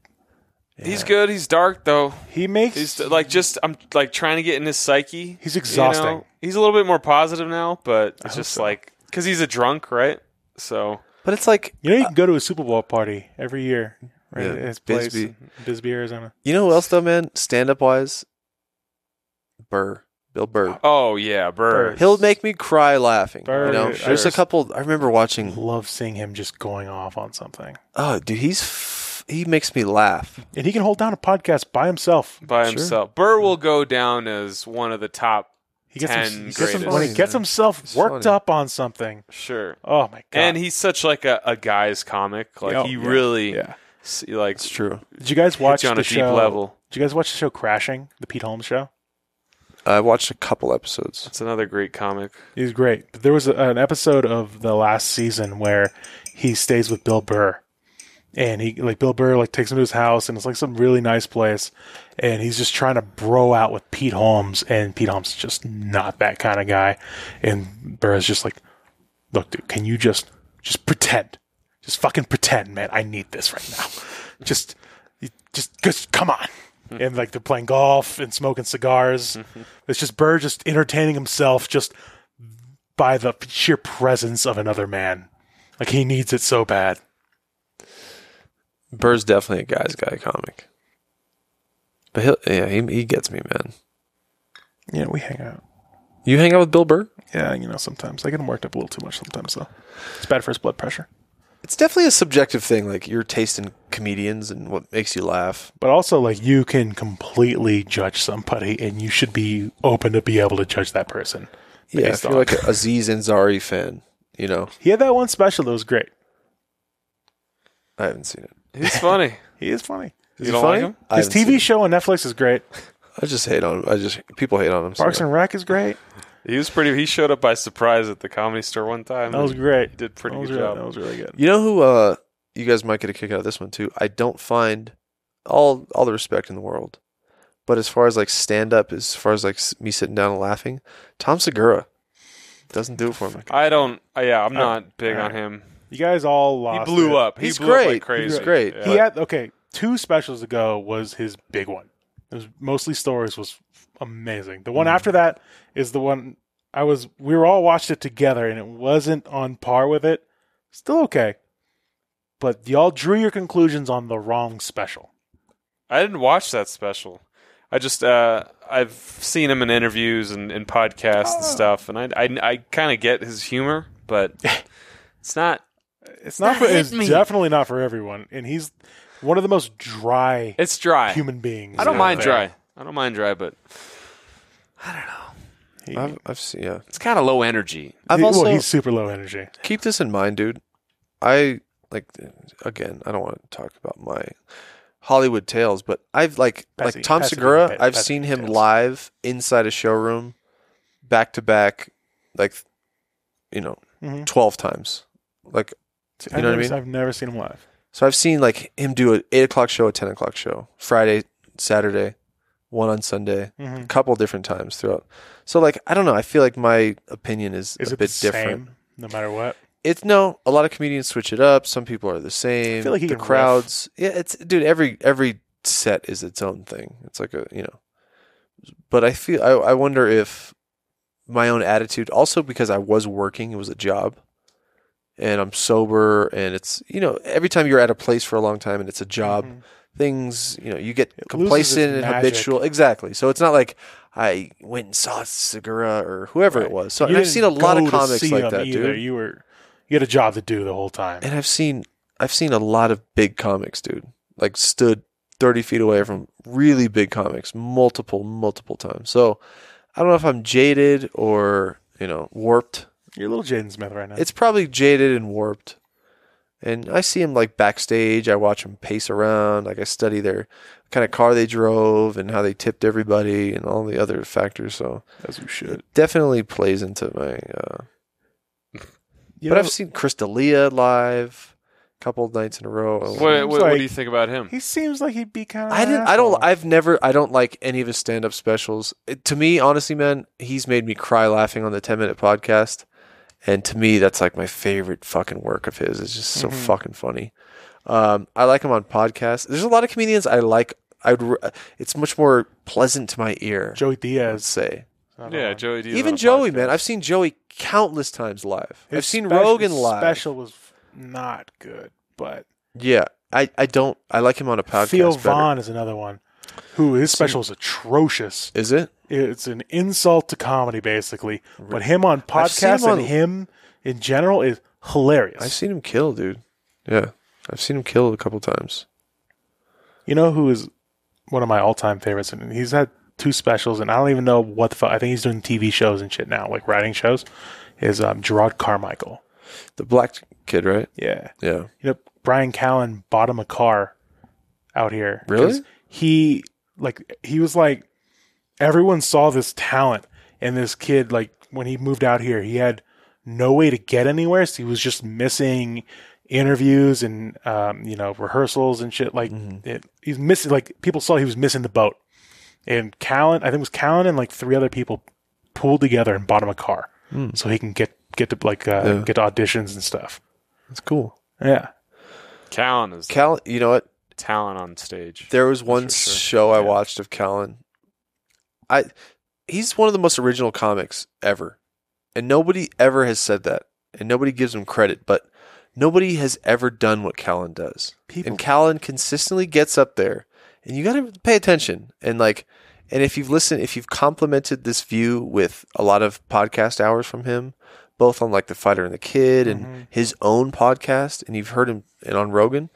He's good. He's dark though. He makes He's he's, like just I'm like trying to get in his psyche. you exhausting. know? He's a little bit more positive now, but it's just so. like because he's a drunk, right? So But it's like You know, you can go to a Super Bowl party every year. Right? Yeah, at his place, Bisbee. in Bisbee, Arizona. You know who else though, man? Stand up wise, Burr, Bill Burr. oh yeah, Burr. He'll make me cry laughing. Uh, Burr, you know, dude, there's a sure. couple. I remember watching. Love seeing him just going off on something, Oh, dude, he's f- he makes me laugh. and he can hold down a podcast by himself. by Sure. himself. Burr will go down as one of the top. He gets, Ten him, he gets, him, greatest. when he gets himself It's worked funny. up on something. Sure. Oh my god! And he's such like a, a guy's comic. Like Oh, he yeah, really yeah. s- like It's true. Did you guys watch you on the a deep show? level. Did you guys watch the show Crashing, the Pete Holmes show? I watched a couple episodes. it's another great comic. He's great. But there was a, an episode of the last season where he stays with Bill Burr, and he like Bill Burr like takes him to his house, and it's like some really nice place, and he's just trying to bro out with Pete Holmes, and Pete Holmes is just not that kind of guy, and Burr is just like, look, dude, can you just just pretend, just fucking pretend, man, I need this right now, just just just come on. And like they're playing golf and smoking cigars. It's just Burr just entertaining himself, just by the sheer presence of another man. Like he needs it so bad. Burr's definitely a guy's guy comic. But he'll, yeah, he he gets me, man. Yeah, we hang out. You hang out with Bill Burr? Yeah, you know, sometimes I get him worked up a little too much sometimes though. It's bad for his blood pressure. It's definitely a subjective thing, like your taste in comedians and what makes you laugh. But also like you can completely judge somebody and you should be open to be able to judge that person. Yeah, based if you're on- like a Aziz Ansari fan, you know, He had that one special that was great. I haven't seen it. He's funny. He is funny. you Is he don't funny? like him? I His haven't seen TV it. show on Netflix is great. I just hate on him. I just people hate on him. Parks so. and Rec is great. He was pretty. He showed up by surprise at the comedy store one time. That was and great. He did pretty that was good really, job. That was really good. you know who? Uh, you guys might get a kick out of this one too. I don't find all all the respect in the world, but as far as like stand up, as far as like s- me sitting down and laughing, Tom Segura doesn't do it for me. I don't. Uh, yeah, I'm not big alright. on him. You guys all He lost. blew it. up. He He's blew up great. like crazy. He's great. Yeah. He had okay. Two specials ago was his Mm-hmm. big one. It was mostly stories was amazing. The one after that is the one I was we were all watched it together and it wasn't on par with it. Still okay. But y'all drew your conclusions on the wrong special. I didn't watch that special. I just uh, I've seen him in interviews and, and podcasts Ah. and stuff, and I I, I kind of get his humor, but it's not. It's not That for hit it's me. definitely not for everyone and he's one of the most dry It's dry. human beings. I don't out mind there. dry. I don't mind dry, but He- I've, I've seen, yeah. it's kind of low energy. I've he- also well, he's super low energy. keep this in mind, dude. I like again. I don't want to talk about my Hollywood tales, but I've like Patsy- like Tom Patsy- Segura. Pa- I've Patsy seen him tales. live inside a showroom, back to back, like you know, Mhm. twelve times. Like I've, know what I never, mean? I've never seen him live. so, I've seen like him do an eight o'clock show, a ten o'clock show, Friday, Saturday, one on Sunday, Mhm. a couple different times throughout. So like I don't know. I feel like my opinion is, Is a it bit the different. same no matter what? It's no. A lot of comedians switch it up. Some people are the same. I feel like he the can riff. crowds. Yeah, it's dude. Every every set is its own thing. It's like a you know. But I feel I I wonder if my own attitude also because I was working. It was a job, and I'm sober, and it's you know every time you're at a place for a long time and it's a job, Mhm. things you know you get It loses its complacent and magic. habitual. Exactly. So it's not like. I went and saw Segura or whoever Right. it was. So You and I've didn't seen a go lot of to comics see like him that, either. dude. You were you had a job to do the whole time. And I've seen I've seen a lot of big comics, dude. Like stood thirty feet away from really big comics multiple, multiple times. So I don't know if I'm jaded or, you know, warped. You're a little Jaden Smith right now. It's probably jaded and warped. And I see him like backstage. I watch him pace around. Like I study their kind of car they drove and how they tipped everybody and all the other factors. So as you should. it definitely plays into my uh, You but know, I've seen Chris D'Elia live a couple nights in a row. What what, what like- do you think about him? he seems like he'd be kind of. I didn't. I Uh. don't. I've never. I don't like any of his stand-up specials. It- to me, honestly, man, he's made me cry laughing on the ten-minute podcast, and to me, that's like my favorite fucking work of his. It's just so Mhm. fucking funny. Um, I like him on podcasts. There's a lot of comedians I like. I'd. r- It's much more pleasant to my ear. Joey Let's Diaz. say yeah, Joey. D's on even a Joey, podcast. man, I've seen Joey countless times live. His I've seen special- Rogan his live. Special was not good, but Yeah, I, I don't. I like him on a podcast. Phil better. Vaughn is another one. Who his special is atrocious. Is it? It's an insult to comedy, basically. But him on I've seen him podcasts and on- him in general is hilarious. I've seen him kill, dude. Yeah, I've seen him kill a couple times. You know who is one of my all-time favorites, and he's had two specials, and I don't even know what the fuck. I think he's doing TV shows and shit now, like writing shows. Is um, Gerard Carmichael? The black kid, right? Yeah. Yeah. You know, Brian Callen bought him a car out here. Really? 'Cause He like he was like everyone saw this talent, and this kid like when he moved out here, he had no way to get anywhere, so he was just missing interviews and um, you know rehearsals and shit. Like Mm-hmm. it, he's missing. Like people saw he was missing the boat. And Callan, I think it was Callan and like three other people pulled together and bought him a car so he can get get to like uh, Hmm. Yeah. get to auditions and stuff. That's cool. Yeah. Callan is Cal, you know what? talent on stage. There was one That's for sure. show I Yeah. watched of Callan. I, he's one of the most original comics ever, and nobody ever has said that, and nobody gives him credit, but nobody has ever done what Callan does. People- and Callan consistently gets up there, and you got to pay attention. And like, and if you've listened, if you've complemented this view with a lot of podcast hours from him, both on like the Fighter and the Kid and Mhm. his own podcast, and you've heard him and on Rogan,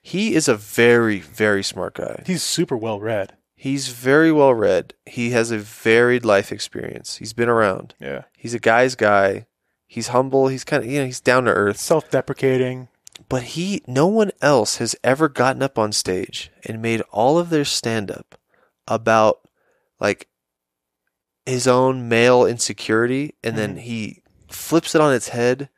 he is a very very smart guy. He's super well read. He's very well read. He has a varied life experience. He's been around. Yeah. He's a guy's guy. He's humble. He's kind of you know he's down to earth. Self deprecating. But he, no one else has ever gotten up on stage and made all of their stand up about like his own male insecurity. And then Mhm. he flips it on its head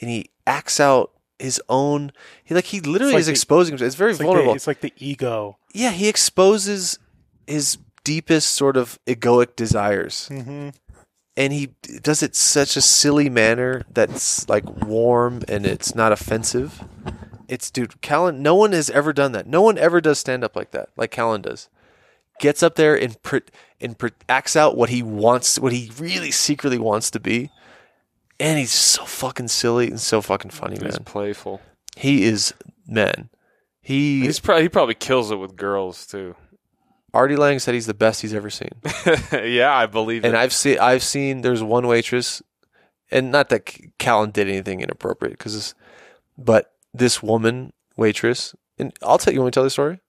and he acts out his own. He like, he literally like is the- exposing himself. It's very It's like, vulnerable. the, it's like the ego. yeah, he exposes his deepest sort of egoic desires Mm-hmm. and he d- does it such a silly manner that's like warm and it's not offensive. It's dude, Callan. No one has ever done that. No one ever does stand up like that, like Callan does. gets up there and pr- and pr- acts out what he wants, what he really secretly wants to be, and he's so fucking silly and so fucking funny, He's man. playful. He is man. He He's probably he probably kills it with girls too. Artie Lang said he's the best he's ever seen. yeah, I believe and it. I've seen I've seen there's one waitress, and not that C- Callan did anything inappropriate because, but this woman waitress, and I'll tell you want me to tell the story.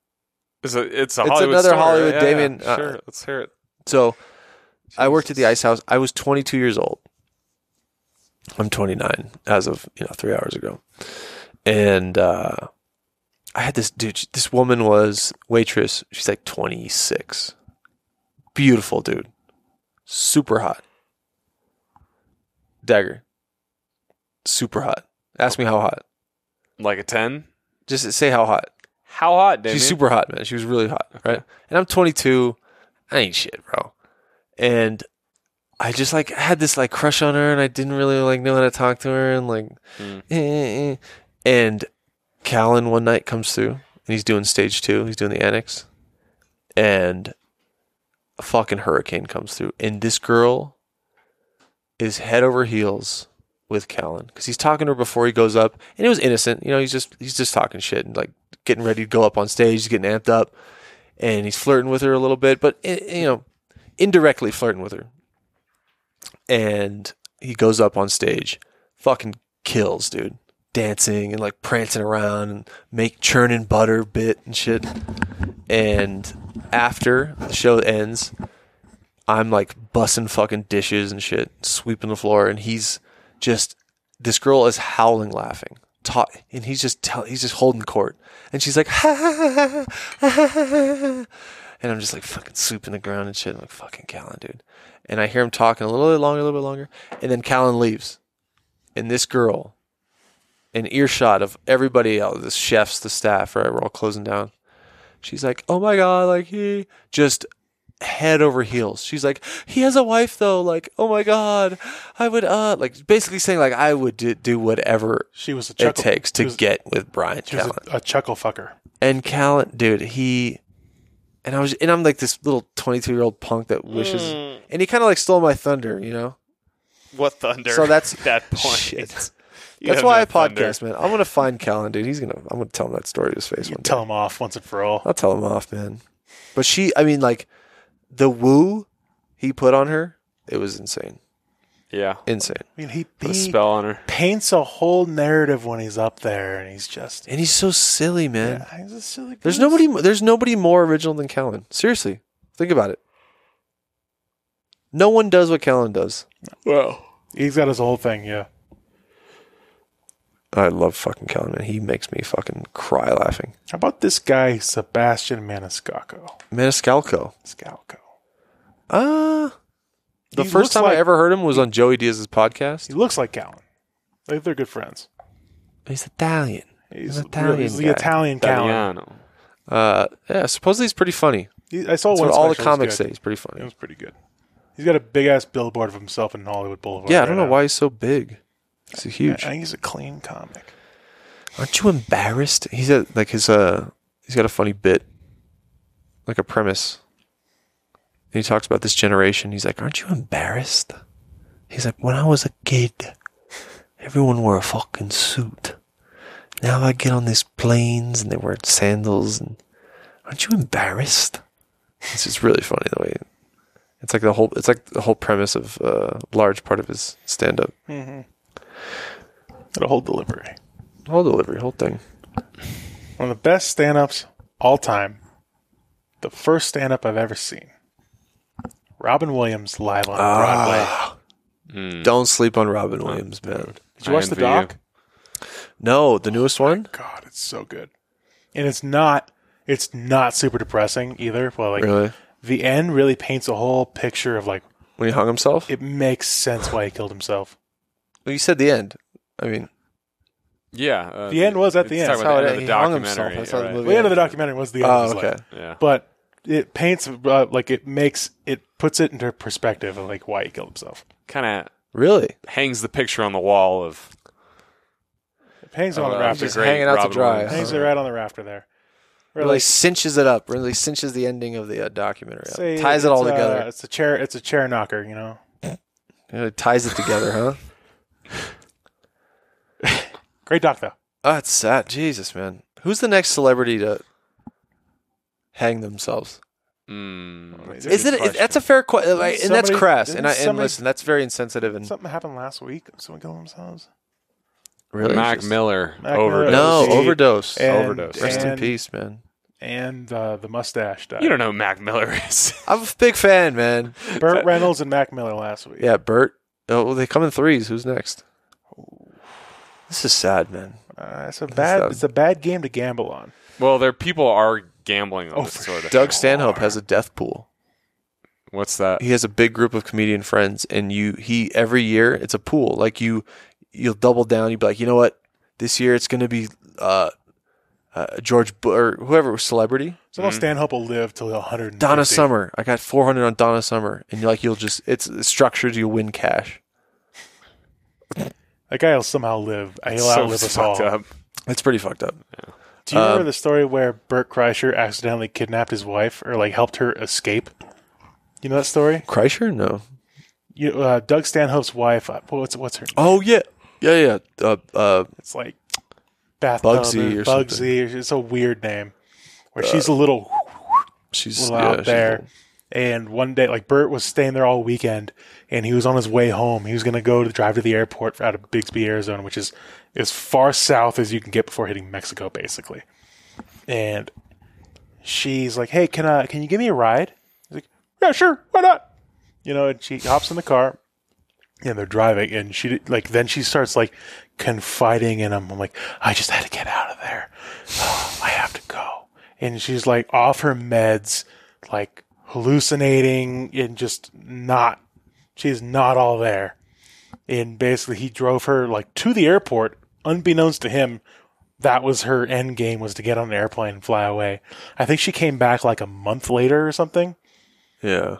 it's a, it's a It's Hollywood another story, Hollywood yeah, Damien, yeah, uh, sure, let's hear it. So I worked at the ice house. I was 22 years old. I'm 29 as of you know three hours ago, and uh, I had this dude. she- This woman was waitress. She's like 26, beautiful dude, super hot. Dagger, super hot. Ask me how hot. Like a ten. Just say how hot. How hot, Damien? She's super hot, man. She was really hot, right? And I'm 22. I ain't shit, bro. And I just like had this like crush on her, and I didn't really like know how to talk to her, and like, Mm. eh, eh, eh. and Callan one night comes through, and he's doing stage two. He's doing the annex, and a fucking hurricane comes through, and this girl is head over heels with Callan because he's talking to her before he goes up, and it was innocent. You know, he's just he's just talking shit and like getting ready to go up on stage. He's getting amped up, and he's flirting with her a little bit, but eh, you know, indirectly flirting with her. And he goes up on stage, fucking kills, dude, dancing and like prancing around and make churning butter bit and shit. And after the show ends, I'm like bussing fucking dishes and shit, sweeping the floor, and he's just this girl is howling laughing. Ta- and he's just tell- he's just holding court, and she's like, ha, ha, ha, ha, ha, ha, ha, ha. and I'm just like fucking sweeping the ground and shit. I'm like fucking Callan, dude. And I hear him talking a little bit longer, a little bit longer, and then Callan leaves, and this girl, an earshot of everybody else, the chefs, the staff, right, we're all closing down. She's like, oh my god, like he just head over heels. She's like, he has a wife though. Like, oh my god, I would uh, like basically saying like I would do, do whatever She was a it chuckle. takes to she was, get with Brian she was Callen. a, a chuckle fucker. And Callen, dude, he and I was and I'm like this little 22 year old punk that wishes, Hmm. and he kind of like stole my thunder, you know. What thunder? So that's- that point. Shit. You That's have why no I thunder. podcast, man. I'm gonna find Callen, dude. He's gonna I'm gonna tell him that story to his face You one day. tell him off once and for all. I'll tell him off, man. But she, I mean, like the woo he put on her, it was insane, Yeah. insane. I mean, he, Put a he spell on her. paints a whole narrative when he's up there, and he's just And he's so silly, man. yeah, he's a silly. There's goose. nobody. There's nobody more original than Callan. Seriously, think about it. No one does what Callan does. Well, He's got his whole thing. Yeah, I love fucking Callan, man. He makes me fucking cry laughing. How about this guy, Sebastian Maniscalco? Maniscalco. Scalco. Ah, the He first looks time I like- ever heard him was on Joey Diaz's podcast. He looks like Callan. Like, they're good friends. He's Italian. He's, An really- he's Italian the guy. Italian Callan. Damiano. Uh, yeah. Supposedly he's pretty funny. He- I saw That's one. what all the special, it was comics good. say. He's pretty It funny. was pretty good. He's got a big ass billboard of himself in Hollywood Boulevard. Yeah, I right don't know now. why he's so big. He's a I huge. think he's a clean comic. Aren't you embarrassed? He's a, like his uh he's got a funny bit. Like a premise. And he talks about this generation. He's like, Aren't you embarrassed? He's like, When I was a kid, everyone wore a fucking suit. Now I get on these planes and they wear sandals and aren't you embarrassed? It's just really funny the way it's like the whole it's like the whole premise of uh, large part of his stand up. Got a whole delivery. Whole delivery, whole thing. One of the best stand ups all time. The first stand up I've ever seen. Robin Williams live on Ah, Broadway. Don't sleep on Robin Williams, man. Did you watch the doc? No, the newest one. God, it's so good. And it's not it's not super depressing either. Well like Really? the end really paints a whole picture of like When he hung himself? it makes sense why he killed himself. Well, you said the end. I mean, Yeah. Uh, The end was at the it's end. That's talking about how the it- end of he the hung himself. documentary. That's how the right. movie- The end of the documentary was the end of oh, his okay. life. Yeah. But it paints uh, like it makes it puts it into perspective of like why he killed himself. Kind Really? of hangs the picture on the wall of It hangs on Oh, the that's rafter. a great Oh, hanging out to Robin dry. Williams. Hangs it right on the rafter there. Really, cinches it up. Really cinches the ending of the uh, documentary. Up. say Ties it it's uh, all a- together. It's a chair. It's a chair knocker. You know. Really ties it together, huh? Great doc though. Oh, it's sad. Jesus, man. Who's the next celebrity to hang themselves? Mm. That's a Is good it? question. That's a fair question, like, and that's somebody- crass. didn't And I and somebody- listen, that's very insensitive and Something happened last week. Someone killed themselves. really Mac just- Miller Mac overdose. Miller. No, Overdose. overdose. And- Overdose. Rest in and- peace, man. And uh, the mustache died. You don't know who Mac Miller is. I'm a big fan, man. Burt Reynolds and Mac Miller last week. Yeah, Bert. Oh, well, they come in threes. Who's next? This is sad, man. Uh, it's a bad. sad. It's a bad game to gamble on. well, there people are gambling on Oh, this for sort of. Doug Stanhope has a death pool. What's that? He has a big group of comedian friends, and you he every year it's a pool. Like you, you'll double down. You'll be like, you know what? This year it's going to be uh, uh, George Bu- or whoever celebrity. Someone Mm. Stanhope will live till 100. Donna Summer. I got 400 on Donna Summer, and you're like you'll just it's it's structured. You win cash. That guy will somehow live. He'll So outlive us fucked all. up. It's pretty fucked up. Do you remember Um, the story where Bert Kreischer accidentally kidnapped his wife or like helped her escape? You know that story? Kreischer? No. You, uh, Doug Stanhope's wife. uh, What's what's her? Oh yeah, yeah yeah. Uh, uh, It's like Bath Bugsy or Uh, Bugsy. It's a weird name. Where she's a little she's Well, yeah, out she's there. And one day, like Bert was staying there all weekend, and he was on his way home. He was going to go to drive to the airport out of Bigsby, Arizona, which is as far south as you can get before hitting Mexico, basically. And she's like, "Hey, can I? Can you give me a ride?" He's like, "Yeah, sure. Why not?" You know. And she hops in the car, and they're driving. And she did- like then she starts like confiding in him. I'm like, "I just had to get out of there. I have to go." And she's like off her meds, like hallucinating and just not. She's not all there. And basically, he drove her like to the airport, unbeknownst to him. That was her end game was to get on an airplane and fly away. I think she came back like a month later or something. Yeah.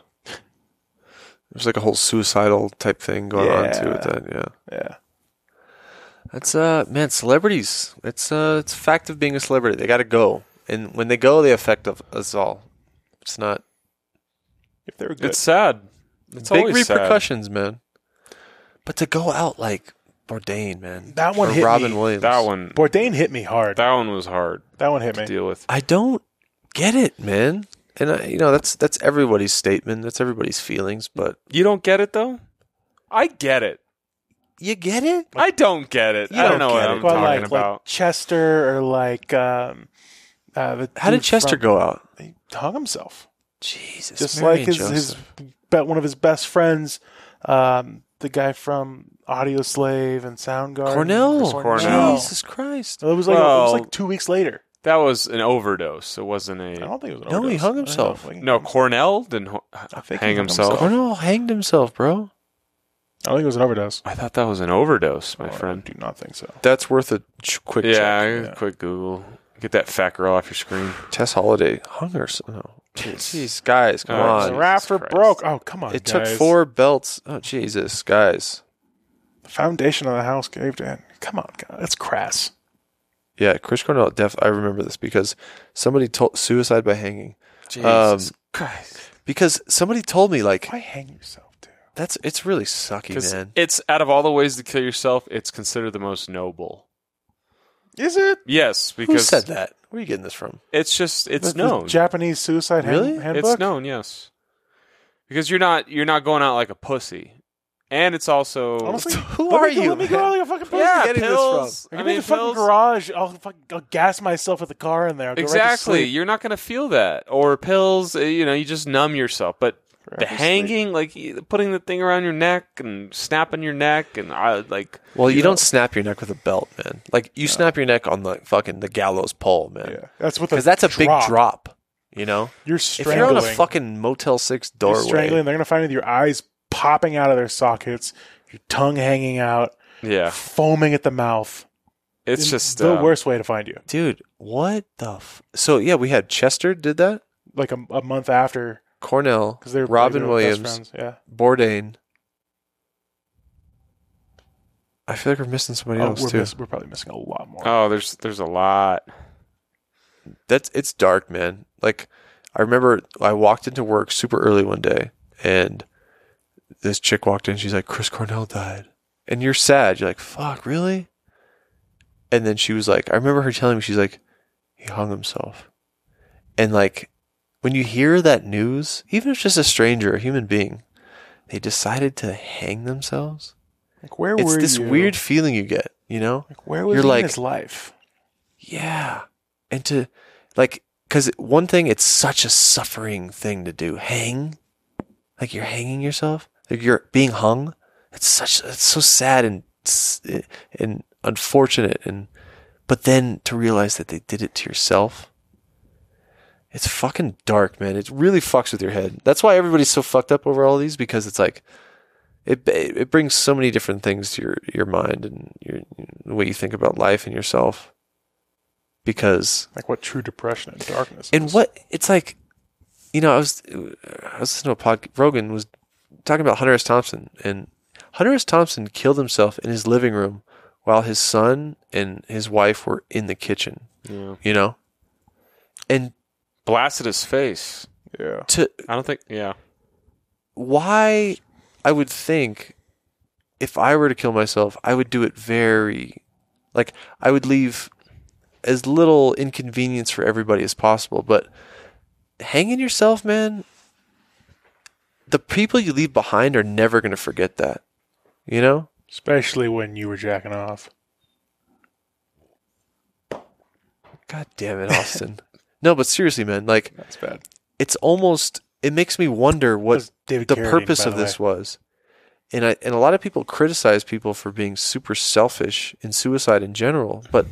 There's like a whole suicidal type thing going on too with Yeah. that. Yeah. Yeah. That's uh man, celebrities. It's uh it's a fact of being a celebrity. They gotta go. And when they go they affect of- us all. It's not If they were good. It's sad. It's big always sad. repercussions, man. But to go out like Bourdain, man. That one or hit Robin me. Williams. That one. Bourdain hit me hard. That, That one was hard one hit to me. deal with. I don't get it, man. And I, you know, that's that's everybody's statement, that's everybody's feelings, but You don't get it though. I get it. you get it? I don't get it. You I don't, don't know what get it. I'm Well, talking like, about. like Chester or like um, uh, the How did Chester go out? go? He hung himself. Jesus. just Mary like and his, his Joseph. be, one of his best friends, um, the guy from Audio Slave and Soundgarden. Cornell. Cornell. Jesus Christ. It was like it was Well- like two weeks later. that was an overdose. It wasn't I a don't think it was an No, he overdose. hung I don't himself. know if he- no. Cornell didn't ho- I think he hang hung himself. himself. Cornell hanged himself, bro. I don't think it was an overdose. I thought that was an overdose, my Oh, friend. I do not think so. That's worth a ch- quick Yeah, yeah. I yeah. quick Google. Get that fat girl off your screen. Um, check. Tess Holiday hung herself. No. Jeez, guys, come Oh, on. Jesus Rafter Christ. broke. Oh come on! It took guys. four belts. Oh, Jesus, guys. The foundation of the house caved in. Come on, guys. that's crass. Yeah, Chris Cornell. Def. I remember this because somebody told suicide by hanging. Jesus Christ. Because somebody told me like Why hang yourself, dude? that's it's really 'Cause sucky, man. it's out of all the ways to kill yourself, it's considered the most noble. Is it? Yes, Who because said that? Where are you getting this from? it's just The- it's the known. Japanese suicide hand- Really? It's handbook. It's known, yes. Because you're not you're not going out like a pussy, and it's also Honestly, Who let me are go- you, Let me go man? out like a fucking pussy. yeah, getting this from? pills. Give I me mean, the fucking pills. garage. I'll, fucking, I'll gas myself with the car in there. I'll go right to Exactly. sleep. You're not going to feel that. Or pills, uh, you know, you just numb yourself. But the to sleep. hanging, like e- putting the thing around your neck and snapping your neck, and I like Well, you, don't snap your neck with a belt, man. Like you snap your neck on the fucking the gallows pole, man. That's what Because that's a big drop. You know, You're if you're on strangling. a fucking Motel Six you're doorway, strangling. They're gonna find with your eyes popping out of their sockets, your tongue hanging out, yeah, foaming at the mouth. it's just the uh, worst way to find you. dude. What the? F- so yeah, we had Chester did that, Like a, a month after, Cornell, because they're Robin they were best Williams, friends. Yeah. Bourdain. I feel like we're missing somebody Oh, else we're, too. Uh, miss- we're probably missing a lot more. Oh, there's there's a lot. that's it's dark, man. Like I remember I walked into work super early one day and this chick walked in, she's like, Chris Cornell died. And you're sad. You're like, fuck, really? And then she was like, I remember her telling me, she's like, he hung himself. And like when you hear that news, even if it's just a stranger, a human being, they decided to hang themselves. Like where It's were this you? weird feeling you get, you know? Like where was you're he like- in his life? Yeah. And to like cuz one thing it's such a suffering thing to do. Hang. Like you're hanging yourself. Like you're being hung. It's such it's so sad and s- and unfortunate and but then to realize that they did it to yourself. It's fucking dark, man. It really fucks with your head. That's why everybody's so fucked up over all these because it's like it it brings so many different things to your your mind and your the way you think about life and yourself because Like what true depression and darkness? and is. what it's like you know i was i was listening to a podcast rogan was talking about hunter s thompson and hunter s thompson killed himself in his living room while his son and his wife were in the kitchen Yeah. you know and Blasted his face. Yeah. to I don't think. Yeah. why I would think if I were to kill myself, I would do it very like I would leave as little inconvenience for everybody as possible, but hanging yourself, man, the people you leave behind are never going to forget that. You know? Especially when you were jacking off. God damn it, Austin. no, but seriously, man, like That's bad. it's almost it makes me wonder what That's David the Carradine, purpose by of the this way. was. And I and a lot of people criticize people for being super selfish in suicide in general, but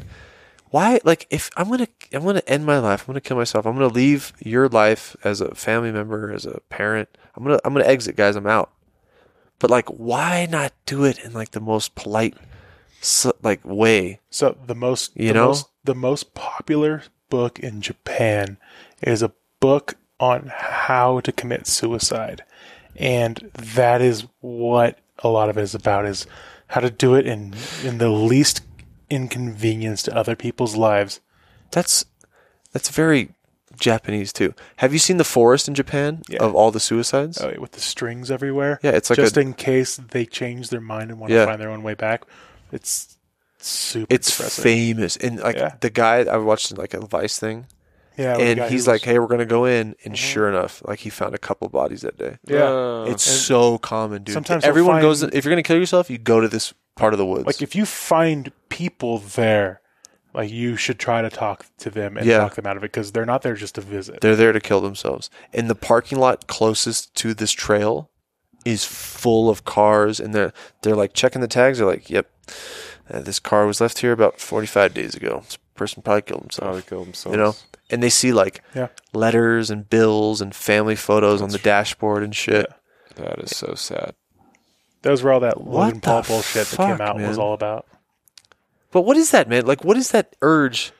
why like if I'm going to I'm going to end my life, I'm going to kill myself. I'm going to leave your life as a family member, as a parent. I'm going to I'm going to exit, guys. I'm out. But like why not do it in like the most polite so, like way? So the most You the know? most, the most popular book in Japan is a book on how to commit suicide, and that is what a lot of it is about: is how to do it in in the least inconvenience to other people's lives. That's that's very Japanese too. Have you seen the forest in Japan Yeah. of all the suicides? Oh, with the strings everywhere. Yeah, it's like just a, in case they change their mind and want Yeah. to find their own way back. It's super it's depressing. famous and like Yeah. the guy I watched like a Vice thing, yeah, with the and guy who he's was- Mm-hmm. like, "Hey, we're gonna go in," and sure enough, like he found a couple bodies that day. Yeah. Uh, It's so common, dude. Sometimes everyone you'll find- goes. If you're gonna kill yourself, you go to this part of the woods. like if you find people there like you should try to talk to them and Yeah. talk them out of it because they're not there just to visit They're there to kill themselves, and the parking lot closest to this trail is full of cars, and they're they're like checking the tags. They're like, "Yep, uh, this car was left here about 45 days ago. This person probably killed himself." probably killed himself. you know and they see like Yeah. letters and bills and family photos on the dashboard and shit that is so sad. those were all that What Logan Paul the bullshit that fuck, came out was man? all about but what is that man like what is that urge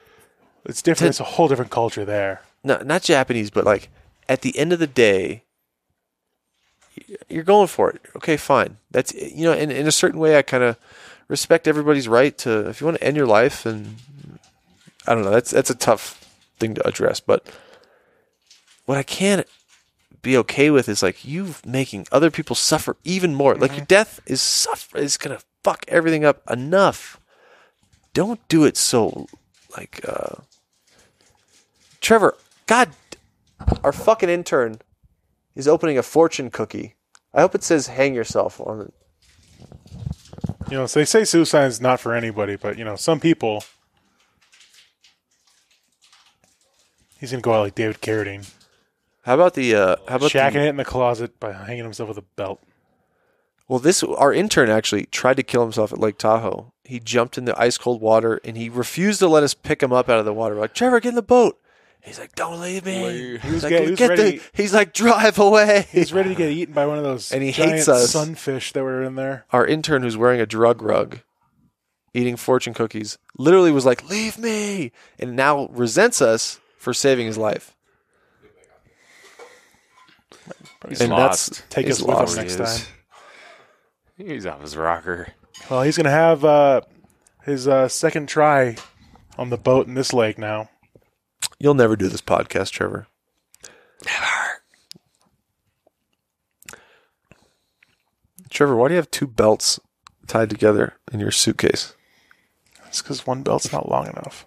it's different To- it's a whole different culture there no, not japanese but like at the end of the day y- you're going for it okay fine that's you know in, in a certain way i kind of respect everybody's right to if you want to end your life and i don't know that's that's a tough thing to address but what i can't be okay with is like you making other people suffer even more. Like your death is suffer is gonna fuck everything up enough. Don't do it so like uh Trevor, God our fucking intern is opening a fortune cookie. I hope it says hang yourself on it. you know so they say suicide is not for anybody but you know some people he's gonna go out like david carradine How about the uh how about shacking the, it in the closet by hanging himself with a belt Well, this our intern actually tried to kill himself at Lake Tahoe. He jumped in the ice cold water and he refused to let us pick him up out of the water. We're like Trevor, get in the boat. He's like, don't leave me. Leave. He's like, get- he was get ready. the. He's like, drive away. he's ready to get eaten by one of those And he giant hates us. sunfish that were in there Our intern, who's wearing a drug rug, eating fortune cookies, literally was like, leave me, and now resents us for saving his life. He's and lost. that's Take he's us with us lost. next He is. time. He's off his rocker. Well, he's gonna have uh, his uh, second try on the boat in this lake now. You'll never do this podcast, Trevor. Never. Trevor, why do you have two belts tied together in your suitcase? It's because one belt's not long enough.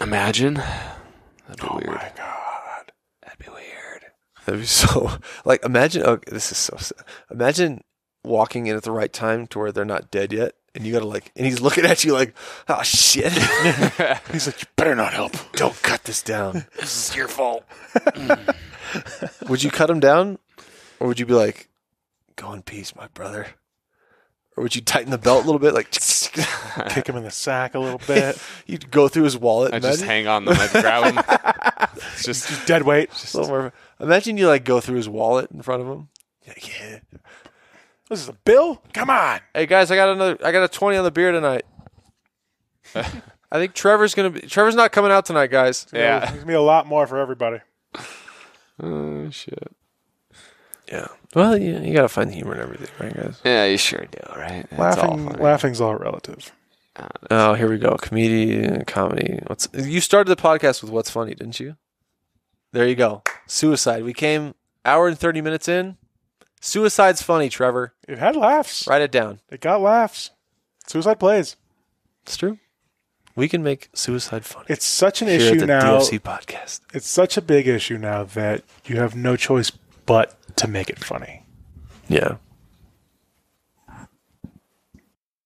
Imagine. That'd be weird. My God. That'd be weird. That'd be so like imagine oh, this is so sad. Imagine walking in at the right time to where they're not dead yet and you gotta like and he's looking at you like, oh shit. He's like, you better not help. Don't cut this down. This is your fault. Would you cut him down? Or would you be like, go in peace, my brother? Or would you tighten the belt a little bit? Like, Kick him in the sack a little bit. you'd go through his wallet. I just imagine- hang on them. I'd grab them. It's just Dead weight. It's a little more- Imagine you like go through his wallet in front of him. You're Like, yeah. This is a bill? Come on. Hey guys, I got another. I got a twenty on the beer tonight. I think Trevor's gonna be. Trevor's not coming out tonight, guys. There's yeah. going to be a lot more for everybody. Oh shit. Yeah. Well, you, you gotta find the humor in everything, right, guys? Yeah, you sure do, right? It's all Laughing, funny. laughing's all relative. Oh, here we go. Comedy, comedy. What's you started the podcast with? What's funny, didn't you? There you go. Suicide. We came hour and thirty minutes in. Suicide's funny, Trevor. It had laughs. Write it down. It got laughs. Suicide plays. It's true. We can make suicide funny. It's such an Here at issue the now. DFC podcast. It's such a big issue now that you have no choice but to make it funny. Yeah.